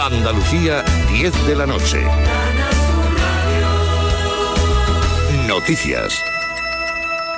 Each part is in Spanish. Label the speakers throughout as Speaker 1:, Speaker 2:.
Speaker 1: Andalucía, 10 de la noche. Noticias.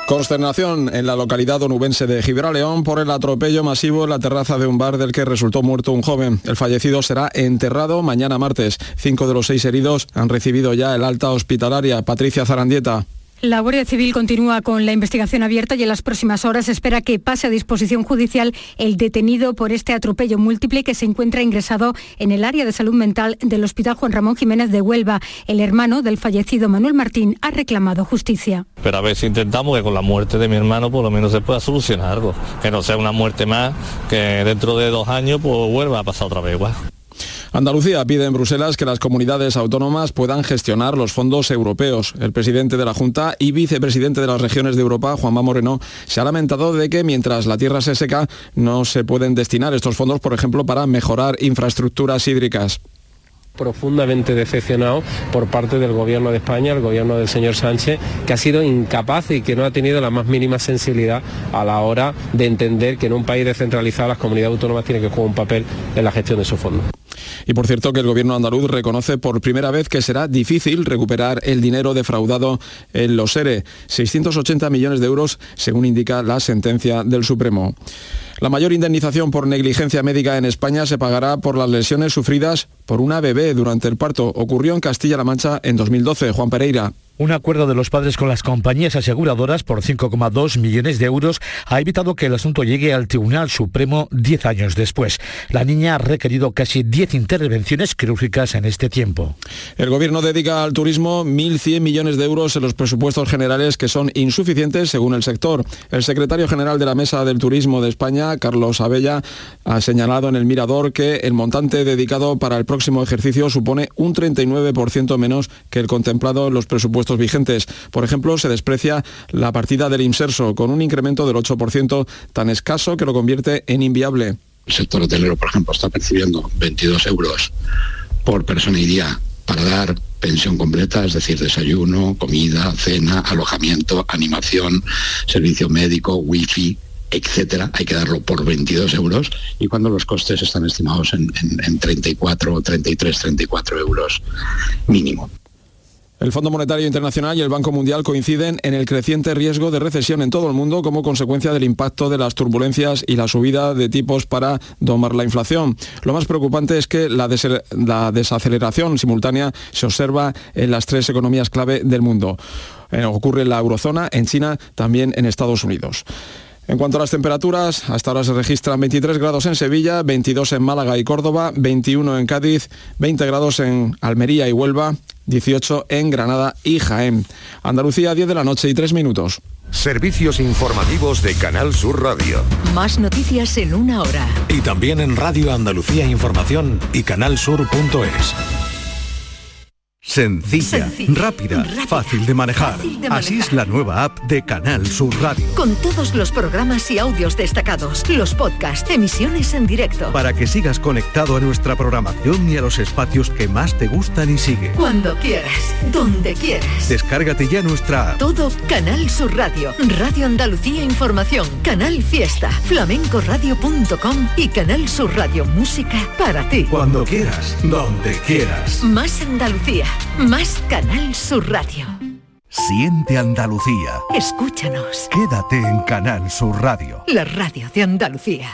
Speaker 2: Consternación en la localidad onubense de Gibraleón por el atropello masivo en la terraza de un bar del que resultó muerto un joven. El fallecido será enterrado mañana martes. Cinco de los seis heridos han recibido ya el alta hospitalaria. Patricia Zarandieta.
Speaker 3: La Guardia Civil continúa con la investigación abierta y en las próximas horas espera que pase a disposición judicial el detenido por este atropello múltiple que se encuentra ingresado en el área de salud mental del Hospital Juan Ramón Jiménez de Huelva. El hermano del fallecido Manuel Martín ha reclamado justicia.
Speaker 4: Pero a ver si intentamos que con la muerte de mi hermano por lo menos se pueda solucionar algo, que no sea una muerte más que dentro de dos años pues vuelva a pasar otra vez igual.
Speaker 2: Andalucía pide en Bruselas que las comunidades autónomas puedan gestionar los fondos europeos. El presidente de la Junta y vicepresidente de las regiones de Europa, Juanma Moreno, se ha lamentado de que mientras la tierra se seca no se pueden destinar estos fondos, por ejemplo, para mejorar infraestructuras hídricas
Speaker 5: profundamente decepcionado por parte del gobierno de España, el gobierno del señor Sánchez, que ha sido incapaz y que no ha tenido la más mínima sensibilidad a la hora de entender que en un país descentralizado las comunidades autónomas tienen que jugar un papel en la gestión de sus fondos.
Speaker 2: Y por cierto que el gobierno andaluz reconoce por primera vez que será difícil recuperar el dinero defraudado en los ERE, 680 millones de euros según indica la sentencia del Supremo. La mayor indemnización por negligencia médica en España se pagará por las lesiones sufridas por una bebé durante el parto. Ocurrió en Castilla-La Mancha en 2012. Juan Pereira.
Speaker 6: Un acuerdo de los padres con las compañías aseguradoras por 5,2 millones de euros ha evitado que el asunto llegue al Tribunal Supremo 10 años después. La niña ha requerido casi 10 intervenciones quirúrgicas en este tiempo.
Speaker 2: El gobierno dedica al turismo 1.100 millones de euros en los presupuestos generales que son insuficientes según el sector. El secretario general de la Mesa del Turismo de España, Carlos Abella, ha señalado en el Mirador que el montante dedicado para el próximo ejercicio supone un 39% menos que el contemplado en los presupuestos vigentes. Por ejemplo, se desprecia la partida del inserso con un incremento del 8% tan escaso que lo convierte en inviable.
Speaker 7: El sector hotelero, por ejemplo, está percibiendo 22 euros por persona y día para dar pensión completa, es decir, desayuno, comida, cena, alojamiento, animación, servicio médico, wifi, etcétera, hay que darlo por 22 euros y cuando los costes están estimados en, en, en 34, 33, 34 euros mínimo.
Speaker 2: El Fondo Monetario Internacional y el Banco Mundial coinciden en el creciente riesgo de recesión en todo el mundo como consecuencia del impacto de las turbulencias y la subida de tipos para domar la inflación. Lo más preocupante es que la, des la desaceleración simultánea se observa en las tres economías clave del mundo. Eh, ocurre en la eurozona, en China, también en Estados Unidos. En cuanto a las temperaturas, hasta ahora se registran 23 grados en Sevilla, 22 en Málaga y Córdoba, 21 en Cádiz, 20 grados en Almería y Huelva, 18 en Granada y Jaén. Andalucía, 10 de la noche y 3 minutos.
Speaker 1: Servicios informativos de Canal Sur Radio.
Speaker 8: Más noticias en una hora.
Speaker 1: Y también en Radio Andalucía Información y canalsur.es. Sencilla, Sencilla rápida, rápida, fácil de manejar. Fácil de Así manejar. es la nueva app de Canal Sur Radio.
Speaker 8: Con todos los programas y audios destacados, los podcasts, emisiones en directo.
Speaker 1: Para que sigas conectado a nuestra programación y a los espacios que más te gustan y sigue.
Speaker 8: Cuando quieras, donde quieras.
Speaker 1: Descárgate ya nuestra app.
Speaker 8: Todo Canal Sur Radio, Radio Andalucía Información, Canal Fiesta, flamencoradio.com y Canal Sur Radio Música para ti.
Speaker 1: Cuando quieras, donde quieras.
Speaker 8: Más Andalucía. Más Canal Sur Radio.
Speaker 1: Siente Andalucía.
Speaker 8: Escúchanos.
Speaker 1: Quédate en Canal Sur Radio.
Speaker 8: La radio de Andalucía.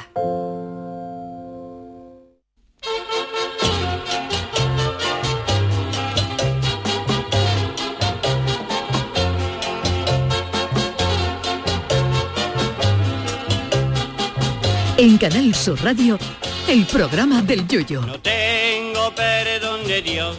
Speaker 8: En Canal Sur Radio, el programa del Yoyo.
Speaker 9: No tengo perdón de Dios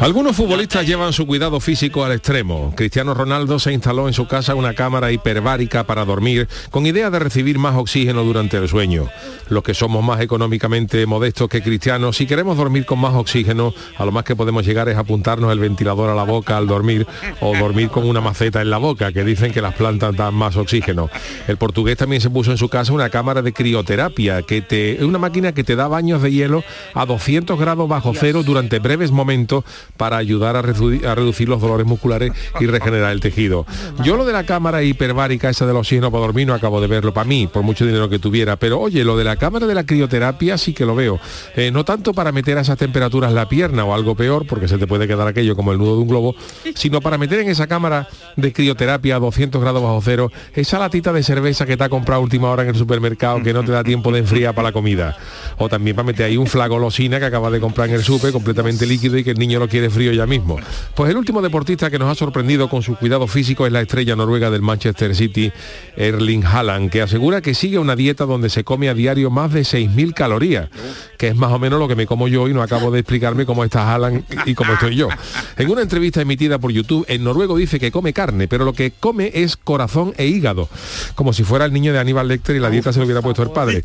Speaker 5: Algunos futbolistas llevan su cuidado físico al extremo. Cristiano Ronaldo se instaló en su casa una cámara hiperbárica para dormir con idea de recibir más oxígeno durante el sueño. Los que somos más económicamente modestos que cristianos, si queremos dormir con más oxígeno, a lo más que podemos llegar es apuntarnos el ventilador a la boca al dormir o dormir con una maceta en la boca, que dicen que las plantas dan más oxígeno. El portugués también se puso en su casa una cámara de crioterapia, que te, es una máquina que te da baños de hielo a 200 grados bajo cero durante breves momentos para ayudar a, redu a, reducir los dolores musculares y regenerar el tejido. Yo lo de la cámara hiperbárica, esa del oxígeno para dormir, no acabo de verlo para mí, por mucho dinero que tuviera, pero oye, lo de la cámara de la crioterapia sí que lo veo. Eh, no tanto para meter a esas temperaturas la pierna o algo peor, porque se te puede quedar aquello como el nudo de un globo, sino para meter en esa cámara de crioterapia a 200 grados bajo cero esa latita de cerveza que te ha comprado a última hora en el supermercado que no te da tiempo de enfriar para la comida. O también para meter ahí un flagolosina que acabas de comprar en el super completamente líquido y que el niño lo quiere frío ya mismo. Pues el último deportista que nos ha sorprendido con su cuidado físico es la estrella noruega del Manchester City, Erling Haaland, que asegura que sigue una dieta donde se come a diario más de 6.000 calorías, que es más o menos lo que me como yo y no acabo de explicarme cómo está Haaland y cómo estoy yo. En una entrevista emitida por YouTube, el noruego dice que come carne, pero lo que come es corazón e hígado, como si fuera el niño de Aníbal Lecter y la dieta se lo hubiera puesto el padre.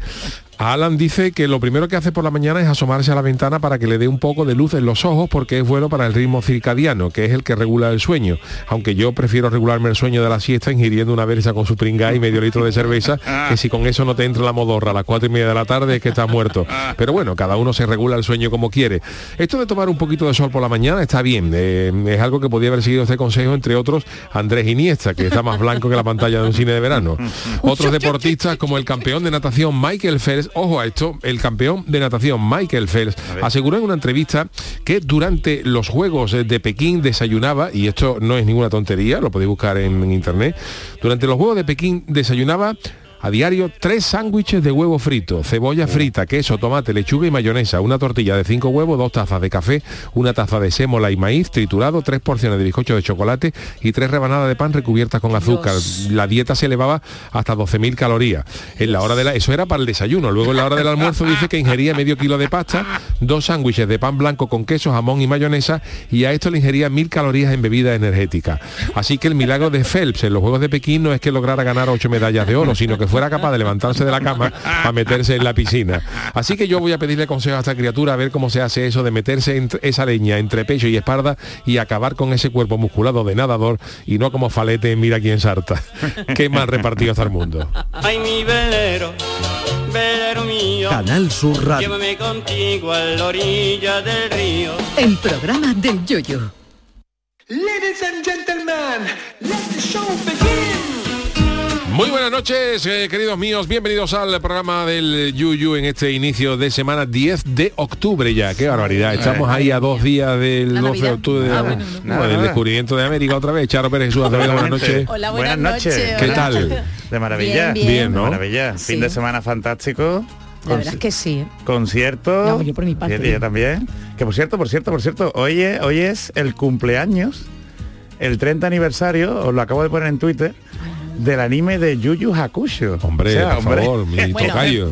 Speaker 5: Alan dice que lo primero que hace por la mañana es asomarse a la ventana para que le dé un poco de luz en los ojos porque es bueno para el ritmo circadiano, que es el que regula el sueño. Aunque yo prefiero regularme el sueño de la siesta ingiriendo una versa con su pringá y medio litro de cerveza, que si con eso no te entra la modorra a las cuatro y media de la tarde es que estás muerto. Pero bueno, cada uno se regula el sueño como quiere. Esto de tomar un poquito de sol por la mañana está bien. Eh, es algo que podía haber seguido este consejo, entre otros, Andrés Iniesta, que está más blanco que la pantalla de un cine de verano. Otros deportistas como el campeón de natación Michael Phelps ojo a esto, el campeón de natación Michael Phelps aseguró en una entrevista que durante los Juegos de Pekín desayunaba, y esto no es ninguna tontería, lo podéis buscar en, en internet, durante los Juegos de Pekín desayunaba a diario tres sándwiches de huevo frito, cebolla frita, queso, tomate, lechuga y mayonesa, una tortilla de cinco huevos, dos tazas de café, una taza de sémola y maíz triturado, tres porciones de bizcocho de chocolate y tres rebanadas de pan recubiertas con azúcar. Dios. La dieta se elevaba hasta 12.000 calorías. En la hora de la... Eso era para el desayuno. Luego en la hora del almuerzo dice que ingería medio kilo de pasta, dos sándwiches de pan blanco con queso, jamón y mayonesa y a esto le ingería mil calorías en bebida energética. Así que el milagro de Phelps en los Juegos de Pekín no es que lograra ganar ocho medallas de oro, sino que fuera capaz de levantarse de la cama a meterse en la piscina. Así que yo voy a pedirle consejos a esta criatura a ver cómo se hace eso de meterse entre esa leña entre pecho y espalda y acabar con ese cuerpo musculado de nadador y no como falete mira quién sarta. Qué mal repartido está el mundo.
Speaker 9: Ay, mi velero, velero mío.
Speaker 6: Canal Sur Radio.
Speaker 9: Llévame contigo a la orilla del río.
Speaker 10: El programa del yoyo.
Speaker 11: Ladies and gentlemen, let the show begin.
Speaker 5: Muy buenas noches, eh, queridos míos. Bienvenidos al programa del Yuyu en este inicio de semana 10 de octubre ya. Qué barbaridad. Estamos ahí a dos días del 12 de octubre
Speaker 8: Ah,
Speaker 5: de, bueno, bueno, del descubrimiento de América otra vez. Charo Pérez Jesús, buenas noches.
Speaker 4: Hola, buenas, noches.
Speaker 5: ¿Qué tal?
Speaker 4: De maravilla.
Speaker 5: Bien, bien. ¿no?
Speaker 4: De maravilla. Fin
Speaker 5: Sí.
Speaker 4: de semana fantástico.
Speaker 8: La verdad es que sí.
Speaker 4: Concierto.
Speaker 8: No, yo por mi parte,
Speaker 4: Yo-
Speaker 8: bien.
Speaker 4: yo también. Que por cierto, por cierto, por cierto, hoy es, hoy es el cumpleaños, el 30 aniversario, os lo acabo de poner en Twitter, del anime de Yuyu Hakusho.
Speaker 5: Hombre,
Speaker 4: O sea,
Speaker 5: por favor, mi
Speaker 8: Bueno,
Speaker 5: tocayo.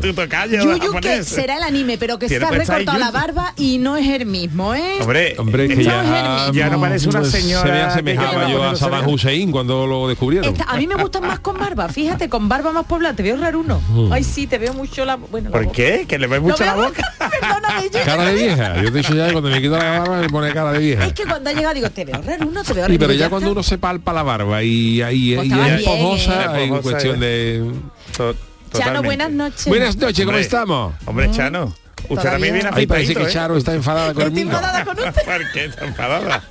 Speaker 4: Tu tocayo
Speaker 8: Yuyu que
Speaker 4: japonés.
Speaker 8: será el anime, pero que se
Speaker 4: Tiene
Speaker 8: ha
Speaker 4: pensado
Speaker 8: recortado
Speaker 4: Yuyu.
Speaker 8: la barba y no es el mismo, ¿eh?
Speaker 4: Hombre,
Speaker 5: Hombre, que
Speaker 4: esta-
Speaker 5: ya,
Speaker 4: ya no parece una
Speaker 5: Se me
Speaker 4: señora que
Speaker 5: asemejaba
Speaker 4: lleva
Speaker 5: yo a
Speaker 4: poniéndose
Speaker 5: Saddam
Speaker 4: bien.
Speaker 5: Hussein cuando lo descubrieron.
Speaker 8: Esta- a mí me gustan más con barba, fíjate, con barba más poblada, te veo raro uno.
Speaker 5: Mm.
Speaker 8: Ay, sí, te veo mucho la bueno, la
Speaker 4: ¿Por
Speaker 8: boca.
Speaker 4: qué? Que le ve
Speaker 8: No
Speaker 4: mucho la
Speaker 8: veo
Speaker 4: boca.
Speaker 8: Perdóname, yo-
Speaker 5: Cara de vieja. Yo te he dicho ya que cuando me quito la barba me pone cara de vieja.
Speaker 8: Es que cuando ha llegado digo, te veo raro uno, te veo raro
Speaker 5: Y pero
Speaker 8: uno,
Speaker 5: ya cuando
Speaker 8: está.
Speaker 5: uno se palpa la barba y ahí
Speaker 8: Pues
Speaker 5: y
Speaker 8: estaba bien,
Speaker 5: es
Speaker 8: ¿eh?
Speaker 5: esponjosa
Speaker 4: Es
Speaker 5: en
Speaker 4: esponjosa,
Speaker 5: cuestión
Speaker 4: ya.
Speaker 5: de
Speaker 4: To-
Speaker 8: Chano,
Speaker 4: totalmente.
Speaker 8: buenas noches.
Speaker 5: Buenas noches, ¿cómo
Speaker 4: Hombre,
Speaker 5: estamos?
Speaker 4: Hombre, Chano, usted también viene
Speaker 5: Ahí Mm. parece
Speaker 4: afeitadito,
Speaker 5: que
Speaker 4: ¿eh?
Speaker 5: Charo está enfadada
Speaker 8: Estoy
Speaker 5: conmigo.
Speaker 8: enfadada con usted.
Speaker 4: ¿Por qué tan enfadada?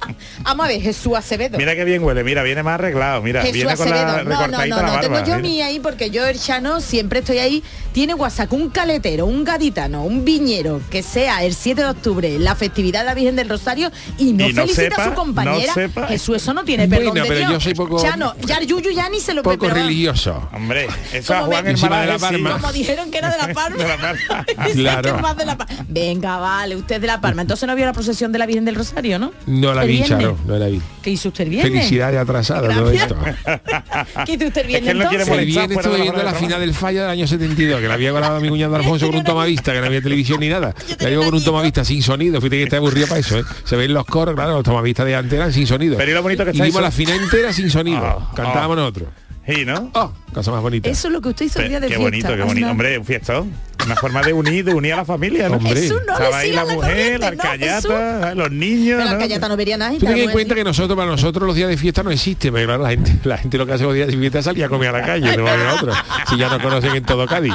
Speaker 8: Vamos a ver, Jesús Acevedo.
Speaker 4: Mira que bien huele, mira, viene más arreglado, mira,
Speaker 8: Jesús
Speaker 4: viene con la
Speaker 8: Acevedo. No, no,
Speaker 4: recortadita
Speaker 8: no,
Speaker 4: la
Speaker 8: no,
Speaker 4: barba.
Speaker 8: tengo yo
Speaker 4: mira.
Speaker 8: mi ahí porque yo el Chano siempre estoy ahí. Tiene WhatsApp un caletero, un gaditano, un viñero, que sea el 7 de octubre, la festividad de la Virgen del Rosario, y no,
Speaker 4: Y no
Speaker 8: felicita a
Speaker 4: sepa,
Speaker 8: su compañera.
Speaker 4: no sepa.
Speaker 8: Jesús, eso no tiene
Speaker 5: Bueno,
Speaker 8: perdón de
Speaker 5: pero
Speaker 8: Dios.
Speaker 5: yo soy poco-
Speaker 8: Chano, ya el Yuyu ya ni se lo
Speaker 5: Poco
Speaker 8: perdona.
Speaker 5: religioso.
Speaker 4: Hombre, eso a
Speaker 8: Como
Speaker 4: Juan
Speaker 8: me-
Speaker 4: el
Speaker 5: Encima de la
Speaker 4: Malagueño, sí.
Speaker 5: barba.
Speaker 8: Como dijeron que era de la Palma.
Speaker 4: De la Palma.
Speaker 8: Dice que
Speaker 5: Claro.
Speaker 8: es más de La Palma. Venga, vale, usted es de La Palma. Entonces no vio la procesión de la Virgen del Rosario, ¿no?
Speaker 5: No la
Speaker 8: El
Speaker 5: vi,
Speaker 8: viernes.
Speaker 5: Charo, no la vi.
Speaker 8: ¿Qué hizo usted el viernes?
Speaker 5: Felicidades atrasadas. ¿no?
Speaker 8: Gracias.
Speaker 5: Esto.
Speaker 8: ¿Qué hizo usted el viernes entonces?
Speaker 5: El viernes estuve viendo la final del fallo del año 72, que la había grabado mi cuñado Alfonso con un tomavista, que no había televisión ni nada. La llevo con un tomavista sin sonido, fíjate que está aburrido para eso, ¿eh? Se ven los coros, claro, los tomavistas de antes eran sin sonido.
Speaker 9: Pero y lo bonito que está
Speaker 5: Y vimos
Speaker 9: eso.
Speaker 5: la final entera sin sonido. Cantábamos
Speaker 9: oh.
Speaker 5: nosotros. Oh,
Speaker 9: ¿Y no?
Speaker 5: cosa más bonita.
Speaker 8: Eso es lo que usted hizo el día de
Speaker 9: qué
Speaker 8: fiesta.
Speaker 9: bonito, qué bonito.
Speaker 8: Anda.
Speaker 9: Hombre, un fiestón. Una forma de unir, de unir a la familia, ¿no?
Speaker 5: Hombre. Jesús, no
Speaker 9: Estaba
Speaker 5: le
Speaker 9: ahí
Speaker 5: siga
Speaker 9: la
Speaker 5: la
Speaker 9: mujer, la
Speaker 8: corriente, no,
Speaker 9: arcayata, los niños.
Speaker 8: Pero
Speaker 9: ¿no?
Speaker 8: la callata no vería nadie.
Speaker 5: Tú ten en cuenta que nosotros, para nosotros los días de fiesta no existen, pero claro, la gente, la gente lo que hace los días de fiesta es salir a comer a la calle, no va a haber otro. Si ya nos conocen en todo Cádiz.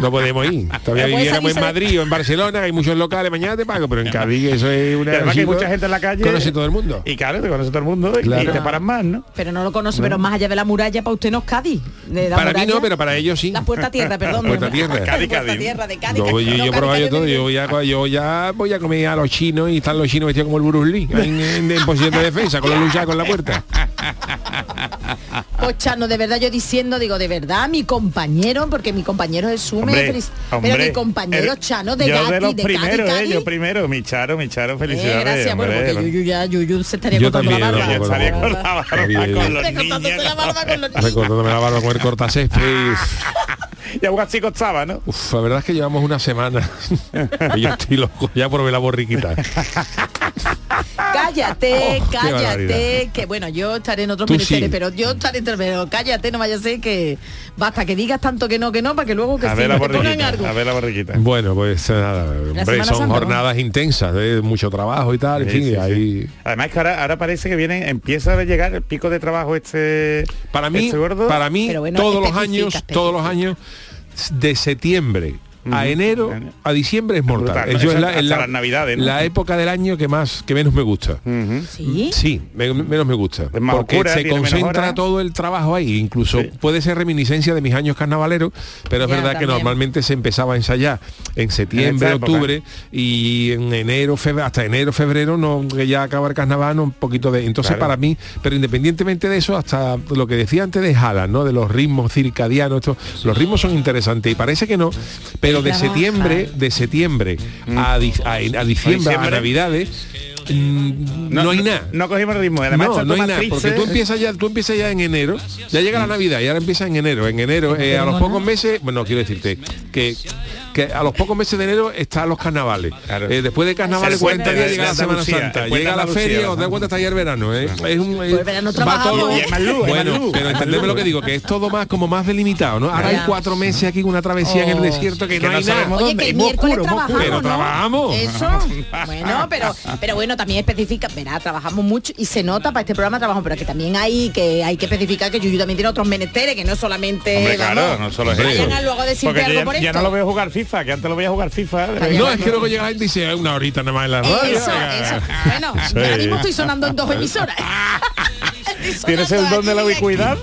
Speaker 5: No podemos ir. Todavía
Speaker 9: Pero puede
Speaker 5: viviéramos en
Speaker 9: salirse de-
Speaker 5: Madrid o en Barcelona, que hay muchos locales, mañana te pago, pero en Cádiz eso es
Speaker 9: Y
Speaker 5: una.
Speaker 9: además que hay
Speaker 5: sí,
Speaker 9: mucha gente en la calle.
Speaker 5: Conoce todo el mundo.
Speaker 9: Y claro, te conoce todo el mundo y- y
Speaker 5: Claro.
Speaker 9: te paran más, ¿no?
Speaker 8: Pero no lo conoce, pero más allá de la muralla, para usted no es Cádiz. De la
Speaker 5: Para mí
Speaker 8: muralla-
Speaker 5: no, pero para ellos sí.
Speaker 8: La puerta a tierra, perdón.
Speaker 5: La puerta a tierra.
Speaker 8: Cádiz, Cádiz. tierra de Cádiz.
Speaker 5: Yo, voy- yo, yo probaba yo todo, yo voy, a, yo ya voy a comer a los chinos y están los chinos vestidos como el Bruce Lee en, en- en posición de defensa, con la lucha con la puerta.
Speaker 8: Pues, Chano, de verdad yo diciendo, digo, de verdad, mi compañero, porque mi compañero es Sume,
Speaker 9: Hombre,
Speaker 8: Cris- pero
Speaker 9: hombre,
Speaker 8: mi compañero
Speaker 9: el-
Speaker 8: Chano de
Speaker 9: yo
Speaker 8: Cádiz,
Speaker 9: de los
Speaker 8: de
Speaker 9: primeros,
Speaker 8: Cádiz,
Speaker 9: eh,
Speaker 8: Cádiz.
Speaker 9: yo primero, mi Charo, mi Charo, felicidades.
Speaker 8: Eh, gracias, bueno,
Speaker 9: hombre,
Speaker 8: porque Yuyu ya, Yuyu se estaría
Speaker 5: Yo
Speaker 8: cortando la
Speaker 5: también,
Speaker 8: barba.
Speaker 5: yo estaría con la barba, con los
Speaker 8: Cortándose la barba con los
Speaker 5: Recordándome la barba con el cortacésped.
Speaker 9: Y aún así costaba, ¿no?
Speaker 5: Uf, la verdad es que llevamos una semana. Yo estoy loco, ya probé la borriquita.
Speaker 8: Cállate,
Speaker 5: Oh, qué
Speaker 8: cállate,
Speaker 5: barbaridad.
Speaker 8: que bueno, yo estaré en otros
Speaker 5: Tú
Speaker 8: ministerios,
Speaker 5: sí.
Speaker 8: pero yo estaré entre- pero cállate, no vaya a ser que basta que digas tanto que no, que no, para que luego que
Speaker 5: A
Speaker 8: sí,
Speaker 5: ver la
Speaker 8: que te pongan
Speaker 5: borriquita,
Speaker 8: algo.
Speaker 5: a ver la borriquita. Bueno, pues nada,
Speaker 8: La
Speaker 5: hombre,
Speaker 8: Semana
Speaker 5: son
Speaker 8: Santa, ¿no?
Speaker 5: jornadas intensas, de mucho trabajo y tal, en
Speaker 9: Sí,
Speaker 5: fin,
Speaker 9: sí, sí.
Speaker 5: ahí
Speaker 9: Además que ahora, ahora parece que viene, empieza a llegar el pico de trabajo este.
Speaker 5: Para mí,
Speaker 9: este gordo.
Speaker 5: para mí todos
Speaker 9: este
Speaker 5: los años, todos los años de septiembre a enero, a diciembre es mortal.
Speaker 9: brutal, ¿no?
Speaker 5: Eso es
Speaker 9: Eso
Speaker 5: la,
Speaker 9: hasta
Speaker 5: es la-
Speaker 9: las Navidades, ¿no?
Speaker 5: la época del año que más, que menos me gusta.
Speaker 9: Mm,
Speaker 8: Sí,
Speaker 5: me- menos me gusta.
Speaker 9: más
Speaker 5: Porque
Speaker 9: oscura,
Speaker 5: se
Speaker 9: tiene menos
Speaker 5: concentra
Speaker 9: horas.
Speaker 5: todo el trabajo ahí. Incluso puede ser reminiscencia de mis años carnavaleros, pero es
Speaker 9: Ya,
Speaker 5: verdad que
Speaker 9: también.
Speaker 5: normalmente se empezaba a ensayar en septiembre,
Speaker 9: En esta época.
Speaker 5: octubre y en enero, febrero, hasta enero, febrero, no, que ya acaba el carnaval, no, un poquito de. Entonces
Speaker 9: Claro.
Speaker 5: para mí, pero independientemente de eso, hasta lo que decía antes de Jala, ¿no? De los ritmos circadianos, esto, los ritmos son interesantes y parece que no, pero de
Speaker 9: Trabaja.
Speaker 5: septiembre, de septiembre a, di- a- a diciembre, a
Speaker 9: Mm. diciembre.
Speaker 5: Navidades. mm, No, hay nada.
Speaker 9: No cogimos ritmo, además
Speaker 5: no,
Speaker 9: está
Speaker 5: no hay
Speaker 9: todo
Speaker 5: nada,
Speaker 9: más
Speaker 5: porque tú
Speaker 9: triste. Mm.
Speaker 5: empiezas ya, tú empiezas ya en enero, ya llega la Navidad y ahora empieza en enero. En enero, eh, a los pocos meses, bueno, quiero decirte que, que a los pocos meses de enero están los carnavales. Eh, después de carnavales,
Speaker 9: El puente
Speaker 5: 40 días
Speaker 9: de-
Speaker 5: llega
Speaker 9: de
Speaker 5: la Semana
Speaker 9: Andalucía,
Speaker 5: Santa,
Speaker 9: el puente
Speaker 5: llega la
Speaker 9: de Andalucía,
Speaker 5: feria,
Speaker 9: ¿no?
Speaker 5: os das cuenta hasta ayer verano, ¿eh? Es un, eh,
Speaker 8: Pues verano
Speaker 5: va
Speaker 8: trabajamos,
Speaker 5: todo-
Speaker 8: ¿eh? Y es más luz, es
Speaker 5: Bueno,
Speaker 9: más luz.
Speaker 5: pero entendeme lo que digo, que es todo más como más delimitado, ¿no? Ahora hay cuatro meses aquí con una travesía en el desierto que,
Speaker 9: Que
Speaker 5: no
Speaker 9: no
Speaker 5: hay nada.
Speaker 9: sabemos Oye, dónde. que
Speaker 5: Es
Speaker 9: el
Speaker 5: muy
Speaker 8: miércoles
Speaker 5: oscuro, muy oscuro. Pero
Speaker 8: trabajamos,
Speaker 5: trabajamos.
Speaker 8: ¿no? Eso. Bueno, pero pero bueno, también especifica, verá, trabajamos mucho y se nota para este programa trabajamos, pero que también hay que hay que especificar que Yuyu también tiene otros menesteres, que no solamente
Speaker 9: Hombre,
Speaker 8: vamos,
Speaker 9: claro, no solo es
Speaker 8: vayan
Speaker 9: eso.
Speaker 8: a luego a decirte
Speaker 9: Porque yo
Speaker 8: algo
Speaker 9: ya,
Speaker 8: por
Speaker 9: ya
Speaker 8: esto.
Speaker 9: no lo veo jugar FIFA, que antes lo veía jugar FIFA. ¿eh? de vez
Speaker 5: No,
Speaker 9: en
Speaker 5: es que luego llega la gente y dice, "Eh, una horita nada más en la
Speaker 9: Eso,
Speaker 5: radio.
Speaker 9: eso.
Speaker 8: Bueno,
Speaker 5: Sí.
Speaker 8: ahora mismo estoy sonando en dos emisoras. Estoy
Speaker 9: ¿Tienes
Speaker 8: sonando
Speaker 9: el don de la
Speaker 8: aquí y aquí.
Speaker 9: ubicuidad?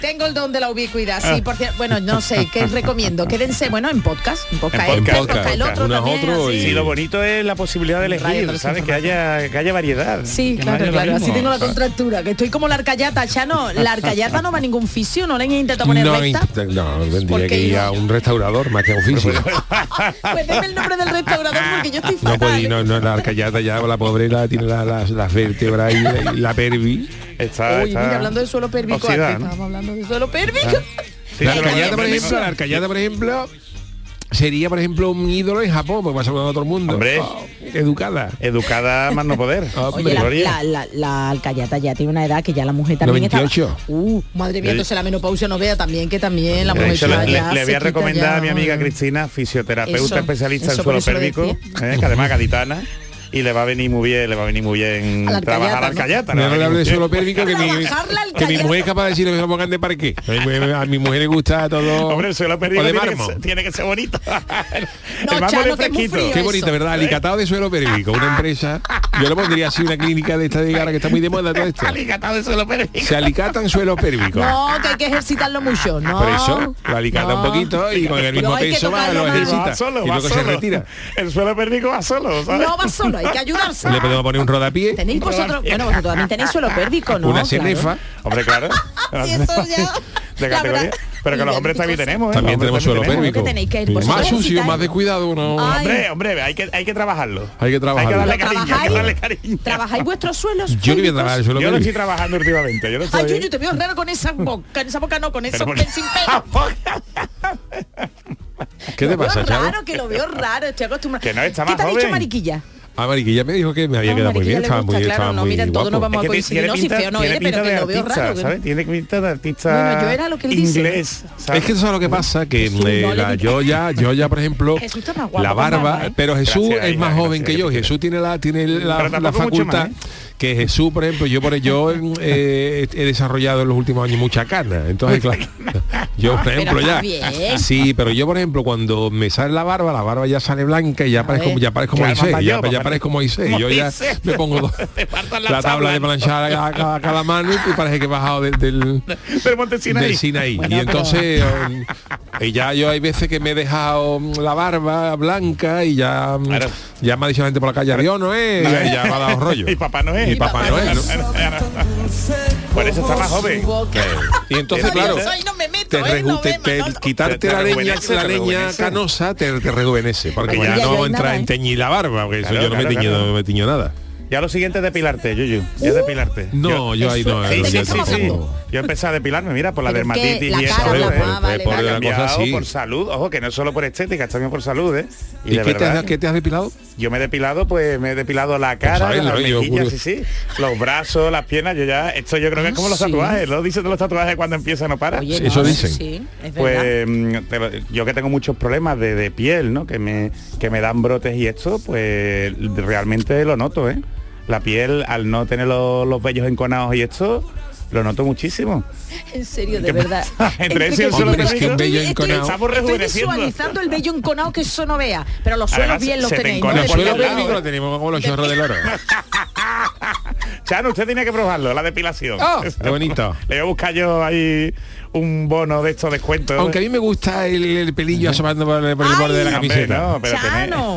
Speaker 8: Tengo el don de la ubicuidad, sí,
Speaker 9: Ah.
Speaker 8: por cierto. Bueno, no sé, ¿qué recomiendo? Quédense, bueno, en podcast. En podcast,
Speaker 9: En
Speaker 8: este, en
Speaker 9: podcast.
Speaker 8: podcast el otro
Speaker 9: Unos
Speaker 8: también,
Speaker 9: otros
Speaker 8: así.
Speaker 9: y- Sí, lo bonito es la posibilidad de elegir, ¿sabes? Que haya, que haya variedad.
Speaker 8: Sí,
Speaker 9: Que no
Speaker 8: claro,
Speaker 9: haya lo
Speaker 8: claro.
Speaker 9: mismo.
Speaker 8: Así tengo la contractura, que estoy como la arcayata, ya no. La arcayata no va a ningún fisio, no le intento poner
Speaker 5: no,
Speaker 8: recta.
Speaker 5: inte- no, tendría
Speaker 8: Porque
Speaker 5: que ir
Speaker 8: yo-
Speaker 5: a un restaurador más que a un fisio.
Speaker 8: Pues deme el nombre del restaurador porque yo estoy
Speaker 5: No
Speaker 8: fatal.
Speaker 5: puede ir, no, no, la arcayata ya, la pobre la tiene la- las las vértebras y la, y la pervi.
Speaker 8: Uy, mira, hablando de suelo pérvico,
Speaker 5: oxidada,
Speaker 8: antes
Speaker 5: ¿no?
Speaker 8: estábamos hablando de suelo pérvico.
Speaker 5: La arcayata,
Speaker 8: Ay,
Speaker 5: por
Speaker 8: Dios
Speaker 5: ejemplo,
Speaker 8: mío.
Speaker 5: la arcayata, por ejemplo, sería, por ejemplo, un ídolo en Japón, porque va saludando a todo el mundo.
Speaker 9: Hombre.
Speaker 5: Oh, educada.
Speaker 9: Educada más no poder.
Speaker 5: Ah,
Speaker 8: Oye, la, la, la, la alcayata ya tiene una edad que ya la mujer también está...
Speaker 9: 98.
Speaker 8: Uh, madre mía,
Speaker 9: Sí.
Speaker 8: entonces la menopausia no vea también, que también
Speaker 6: Eh,
Speaker 8: la mujer
Speaker 9: De hecho,
Speaker 8: pues ya
Speaker 9: le, le- le
Speaker 8: se
Speaker 9: voy a
Speaker 8: quita
Speaker 9: recomendar
Speaker 8: ya.
Speaker 9: a mi amiga Cristina, fisioterapeuta
Speaker 8: Eso,
Speaker 9: especialista
Speaker 8: eso
Speaker 9: en
Speaker 8: por
Speaker 9: suelo
Speaker 8: eso
Speaker 9: pélvico, eh, que además gaditana, y le va a venir muy bien, le va a venir muy bien
Speaker 8: A la
Speaker 9: trabajar al
Speaker 5: Arcayata,
Speaker 9: callata.
Speaker 5: no, no le hable de suelo pélvico que mi, que mi mujer es capaz de decir que se lo pongan de parqué. A mi mujer- A mi mujer le gusta todo.
Speaker 9: Hombre, el suelo pélvico
Speaker 5: o de
Speaker 9: tiene que,
Speaker 5: mármol.
Speaker 9: ser, tiene que ser bonito.
Speaker 8: No,
Speaker 9: mármol
Speaker 8: Chano,
Speaker 9: es
Speaker 8: que es muy
Speaker 9: fresquito.
Speaker 8: frío
Speaker 5: Qué bonito, ¿verdad? Alicatado de suelo pélvico, una empresa. Yo le pondría así una clínica de esta de gara que está muy de moda todo esto.
Speaker 9: Alicatado de suelo pélvico.
Speaker 5: Se alicatan suelo pélvico.
Speaker 8: No, que hay que ejercitarlo mucho, no.
Speaker 5: Por eso, lo alicata un poquito y con el mismo
Speaker 8: No, hay que
Speaker 5: peso va,
Speaker 8: tocarlo
Speaker 5: lo
Speaker 8: más.
Speaker 5: ejercita.
Speaker 9: Va solo,
Speaker 5: y
Speaker 9: va
Speaker 5: luego se
Speaker 9: solo.
Speaker 5: retira.
Speaker 9: El suelo pélvico va solo, ¿sabes?
Speaker 8: No va solo, hay que ayudarse.
Speaker 5: Le podemos poner un rodapié,
Speaker 8: Tenéis vosotros, bueno, vosotros también tenéis suelo pérdico, ¿no? Claro.
Speaker 5: una
Speaker 8: Ah,
Speaker 5: cenefa.
Speaker 9: Hombre, claro.
Speaker 8: Sí, eso ya.
Speaker 9: De
Speaker 8: La
Speaker 9: categoría.
Speaker 8: verdad-
Speaker 9: Pero que los hombres también tenemos, ¿eh?
Speaker 5: También
Speaker 9: Los
Speaker 5: tenemos
Speaker 9: hombres
Speaker 5: suelo
Speaker 9: también
Speaker 5: pélvico.
Speaker 9: tenemos.
Speaker 5: Y Más sucio, más descuidado, ¿no?
Speaker 8: Ah.
Speaker 9: Hombre, hombre, hay que, hay que trabajarlo.
Speaker 5: Hay que
Speaker 9: Hay que
Speaker 5: trabajar.
Speaker 9: darle cariño, hay que darle cariño.
Speaker 8: ¿Trabajáis vuestros suelos?
Speaker 5: Yo le voy a trabajar el suelo
Speaker 9: Yo lo
Speaker 5: pélvico.
Speaker 9: estoy trabajando últimamente. Yo lo
Speaker 8: Ay,
Speaker 9: estoy...
Speaker 8: Yuyu, te veo raro con esa boca, esa boca no, con esos
Speaker 9: por-
Speaker 8: pies sin pelo.
Speaker 5: ¿Qué te
Speaker 8: Lo veo
Speaker 5: pasa, Charo?
Speaker 8: raro, que lo veo raro, estoy acostumbrada.
Speaker 5: Que no, está
Speaker 8: ¿Qué
Speaker 5: más
Speaker 8: te ha dicho
Speaker 5: joven.
Speaker 8: Mariquilla?
Speaker 5: A Mariquilla me dijo que me había
Speaker 8: No,
Speaker 5: quedado muy
Speaker 8: Mariquilla
Speaker 5: bien,
Speaker 8: le
Speaker 5: estaba
Speaker 8: gusta,
Speaker 5: muy,
Speaker 8: claro,
Speaker 5: estaba
Speaker 8: no,
Speaker 5: muy
Speaker 8: mira, todos
Speaker 5: guapo.
Speaker 8: nos vamos a
Speaker 9: Es que
Speaker 8: coincidir, no, si feo no
Speaker 9: tiene
Speaker 8: eres, pero
Speaker 9: pinta
Speaker 8: que
Speaker 9: de
Speaker 8: lo veo
Speaker 9: artista,
Speaker 8: raro. que-
Speaker 9: ¿sabes? Tiene pinta de artista
Speaker 8: Bueno, yo era lo que él dice.
Speaker 9: inglés.
Speaker 5: Es que eso es lo que pasa, que
Speaker 9: Jesús,
Speaker 5: eh,
Speaker 9: no le
Speaker 5: la
Speaker 9: digas.
Speaker 5: yo ya, yo ya, por ejemplo,
Speaker 9: Jesús está más guapo
Speaker 5: la
Speaker 9: con
Speaker 5: barba,
Speaker 9: barba, ¿eh?
Speaker 5: pero Jesús
Speaker 9: Gracias,
Speaker 5: es
Speaker 9: Aida,
Speaker 5: más joven
Speaker 9: gracias,
Speaker 5: que yo, Jesús tiene la, tiene la,
Speaker 9: Pero
Speaker 5: la
Speaker 9: tampoco mucho
Speaker 5: facultad.
Speaker 9: más, ¿eh?
Speaker 5: Que Jesús, por ejemplo, yo por yo eh, he desarrollado en los últimos años mucha cana. Entonces, claro, yo por
Speaker 12: Pero
Speaker 5: ejemplo ya.
Speaker 12: Javier.
Speaker 5: Sí, pero yo por ejemplo cuando me sale la barba, la barba ya sale blanca y ya parezco,
Speaker 12: ver.
Speaker 5: ya parezco
Speaker 12: Claro,
Speaker 5: Moisés.
Speaker 12: papá,
Speaker 5: Ya,
Speaker 12: yo,
Speaker 5: ya
Speaker 12: papá,
Speaker 5: parezco Moisés. Yo ya
Speaker 12: Moisés.
Speaker 5: me pongo dos- la tabla de planchar a a cada, a cada mano y parece que he bajado de- del,
Speaker 9: Del Monte Sinaí.
Speaker 5: del Sinaí.
Speaker 9: Bueno,
Speaker 5: y
Speaker 9: pero-
Speaker 5: entonces um, y ya yo hay veces que me he dejado um, la barba blanca y ya um, ya me ha dicho la gente por la calle Dios no es
Speaker 9: Claro.
Speaker 5: y ya me ha dado rollo
Speaker 9: Y Papá Noel.
Speaker 5: y Papá Noel, ¿no?
Speaker 9: Por eso está más joven.
Speaker 5: y entonces
Speaker 9: Pero
Speaker 5: claro
Speaker 9: yo soy,
Speaker 5: te rejute- te- quitarte
Speaker 9: Te- te
Speaker 5: la leña
Speaker 9: rejuvenece,
Speaker 5: la
Speaker 9: te
Speaker 5: leña
Speaker 9: rejuvenece.
Speaker 5: canosa te, te rejuvenece porque
Speaker 9: Porque
Speaker 5: ya,
Speaker 9: ya- ya
Speaker 5: no
Speaker 9: hay
Speaker 5: entra
Speaker 9: nada,
Speaker 5: en
Speaker 9: ¿eh?
Speaker 5: teñir la barba porque eso
Speaker 9: Claro,
Speaker 5: yo no me he
Speaker 9: claro,
Speaker 5: teñido
Speaker 9: claro.
Speaker 5: no me he teñido nada
Speaker 9: Ya lo siguiente es depilarte, Yuyu. Ya es depilarte.
Speaker 5: No, yo ahí no,
Speaker 9: Sí,
Speaker 5: no,
Speaker 9: sí,
Speaker 5: yo
Speaker 9: sí,
Speaker 5: tampoco.
Speaker 9: sí. Yo empecé a depilarme, mira, por la
Speaker 5: Pero es que
Speaker 9: dermatitis
Speaker 5: la
Speaker 9: y eso.
Speaker 5: cara,
Speaker 9: ¿eh?
Speaker 5: la- ah,
Speaker 9: Me ha
Speaker 5: vale, vale.
Speaker 9: cambiado
Speaker 5: Por una cosa así.
Speaker 9: Por salud, ojo, que no es solo por estética, es también por salud, ¿eh?
Speaker 5: ¿Y qué te has- qué te has depilado?
Speaker 9: Yo me he depilado, pues me he depilado la cara,
Speaker 5: sabes,
Speaker 9: las
Speaker 5: Pues, ¿no? Yo
Speaker 9: mejillas,
Speaker 5: juro. Ah,
Speaker 9: sí, sí. Los brazos, las piernas, yo ya... Esto yo creo que es como los
Speaker 5: sí.
Speaker 9: tatuajes, lo dicen de los tatuajes cuando empieza no para.
Speaker 5: Oye, Eso no, dicen. sí,
Speaker 8: es
Speaker 9: Pues mm, te lo- yo que tengo muchos problemas de, de piel, ¿no? Que me, que me dan brotes y esto, pues realmente lo noto, ¿eh? La piel, al no tener lo- los vellos enconados y esto, lo noto muchísimo.
Speaker 8: En serio, de
Speaker 9: ¿Qué
Speaker 8: verdad.
Speaker 9: Entre eso y el
Speaker 8: que-
Speaker 9: suelo
Speaker 8: estoy-
Speaker 9: pélvico,
Speaker 8: estoy-
Speaker 9: vello
Speaker 8: estoy-
Speaker 9: enconado. Estamos
Speaker 8: Estoy
Speaker 9: rejuveneciendo.
Speaker 8: visualizando el vello enconado que eso no vea, pero los suelos
Speaker 9: Además,
Speaker 8: bien los
Speaker 9: se te
Speaker 8: tenéis. ¿no?
Speaker 9: encona
Speaker 8: De
Speaker 9: por
Speaker 8: verdad.
Speaker 9: todos lados, ¿eh?
Speaker 5: tenemos como los chorros del oro.
Speaker 9: Chano, usted tiene que probarlo, la depilación.
Speaker 5: Ah, qué bonito.
Speaker 9: Le voy a buscar yo ahí un bono de ¿eh? estos descuentos.
Speaker 5: aunque a mí me gusta el, el pelillo asomando por, el- por el borde de la
Speaker 9: Hombre,
Speaker 5: camiseta
Speaker 9: no,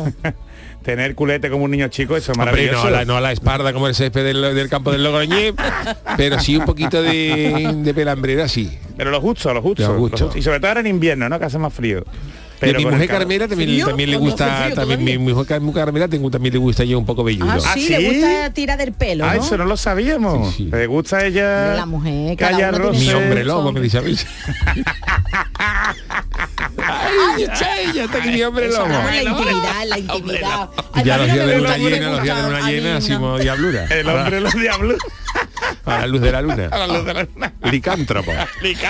Speaker 9: pero tener- Tener culete como un niño chico, eso es
Speaker 5: Hombre,
Speaker 9: maravilloso.
Speaker 5: no, a la, no a la espalda como el césped del, del campo del Logroñé, pero sí un poquito de, de pelambrera, sí.
Speaker 9: Pero los justo, los justo.
Speaker 5: Lo
Speaker 9: lo
Speaker 5: justo.
Speaker 9: justo. Y sobre todo ahora en invierno, ¿no? Que hace más frío.
Speaker 5: y a mi
Speaker 9: con el
Speaker 5: mujer
Speaker 9: calor.
Speaker 5: Carmela también, también le
Speaker 8: Cuando hace
Speaker 5: gusta,
Speaker 8: frío
Speaker 5: también mi mi mujer Car- Carmela tengo- también le gusta yo un poco velludo.
Speaker 8: Ah, sí, le gusta tirar del pelo,
Speaker 9: Ah,
Speaker 8: ¿no?
Speaker 9: eso no lo sabíamos. Le gusta a ella.
Speaker 8: La mujer, cada
Speaker 9: Calla
Speaker 8: uno tiene
Speaker 9: roce.
Speaker 5: Mi hombre lobo, me dice a mí.
Speaker 8: Ay,
Speaker 5: ya está aquí mi hombre
Speaker 8: eso,
Speaker 5: lobo.
Speaker 8: vamos, La intimidad, la intimidad. Ay,
Speaker 5: Ya
Speaker 8: a mí
Speaker 5: los
Speaker 8: no
Speaker 5: días
Speaker 8: me
Speaker 5: de
Speaker 8: gusta
Speaker 5: luna
Speaker 8: el
Speaker 5: llena, los días de
Speaker 8: hombre
Speaker 5: luna llena, así como diablura.
Speaker 9: El hombre los diablos.
Speaker 5: A la luz de la luna.
Speaker 9: A la luz de la luna.
Speaker 5: Licántropo.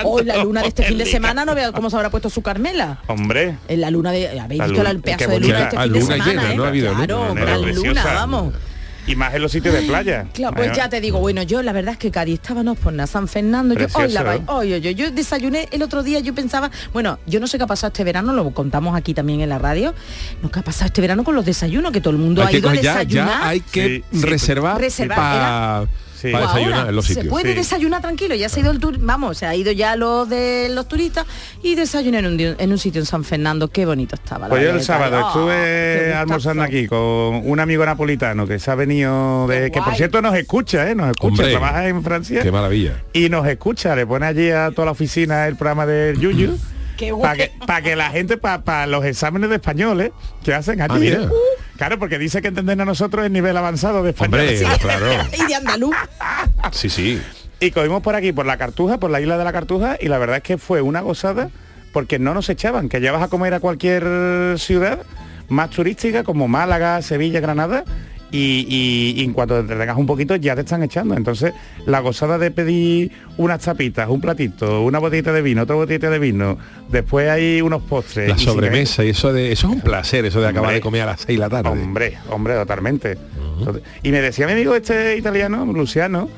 Speaker 8: Hoy la luna de este fin de semana no veo cómo se habrá puesto su Carmela.
Speaker 9: Hombre.
Speaker 8: En la luna de. Habéis
Speaker 9: La
Speaker 8: visto la-
Speaker 9: luna-
Speaker 8: el pedazo
Speaker 9: qué
Speaker 8: de luna
Speaker 9: bonita.
Speaker 8: de este
Speaker 9: Ah,
Speaker 8: fin de
Speaker 9: luna
Speaker 8: semana.
Speaker 9: llena,
Speaker 8: ¿eh?
Speaker 9: no ha habido luna.
Speaker 8: Claro,
Speaker 9: Era
Speaker 8: gran luna,
Speaker 9: preciosa.
Speaker 8: vamos.
Speaker 9: Y más en los sitios de playa.
Speaker 8: Claro, pues
Speaker 9: Ay,
Speaker 8: ya te digo, bueno, yo la verdad es que Cádiz estábamos por na San Fernando, yo hoy la
Speaker 9: Precioso,
Speaker 8: vai-
Speaker 9: ¿eh?
Speaker 8: hoy, hoy, hoy, yo desayuné el otro día, yo pensaba, bueno, yo no sé qué ha pasado este verano, lo contamos aquí también en la radio, no qué ha pasado este verano con los desayunos, que todo el mundo ha
Speaker 5: Hay que
Speaker 8: ido a
Speaker 5: coger- ya,
Speaker 8: desayunar.
Speaker 5: ya hay que reservar,
Speaker 8: Reservar,
Speaker 5: Ah,
Speaker 8: O
Speaker 5: para
Speaker 8: ahora
Speaker 5: desayunar en los sitios.
Speaker 8: Se puede
Speaker 5: Sí.
Speaker 8: desayunar tranquilo, ya se ha ido el tur, vamos, se ha ido ya los de los turistas y desayuné en un, di- en un sitio en San Fernando, qué bonito estaba. la
Speaker 9: Pues yo
Speaker 8: verdad,
Speaker 9: el sábado
Speaker 8: Cádiz. Oh,
Speaker 9: estuve almorzando aquí con un amigo napolitano que se ha venido de... Que por cierto nos escucha, ¿eh? Nos escucha,
Speaker 5: Hombre.
Speaker 9: trabaja en Francia.
Speaker 5: Qué maravilla.
Speaker 9: Y nos escucha, le pone allí a toda la oficina el programa del Yuyu.
Speaker 8: Qué
Speaker 9: Para que, pa' que la gente, para los exámenes de español, ¿eh? que hacen allí.
Speaker 5: Ah, mira.
Speaker 9: ¿eh? Claro, porque dice que entender a nosotros el nivel avanzado de español.
Speaker 5: Hombre, claro.
Speaker 8: y de andaluz.
Speaker 5: Sí, sí.
Speaker 9: Y comimos por aquí, por la Cartuja, por la isla de la Cartuja, y la verdad es que fue una gozada porque no nos echaban, que ya vas a comer a cualquier ciudad más turística como Málaga, Sevilla, Granada, y, y- y en cuanto te entretengas un poquito ya te están echando. Entonces, la gozada de pedir unas tapitas, un platito, una botellita de vino, otra botellita de vino, después hay unos postres.
Speaker 5: La
Speaker 9: y si queréis-
Speaker 5: sobremesa y eso de eso es un placer, eso de acabar
Speaker 9: Hombre.
Speaker 5: de comer a las 6 de la tarde.
Speaker 9: Hombre, hombre, totalmente. Tot- Y me decía mi amigo este italiano, Luciano,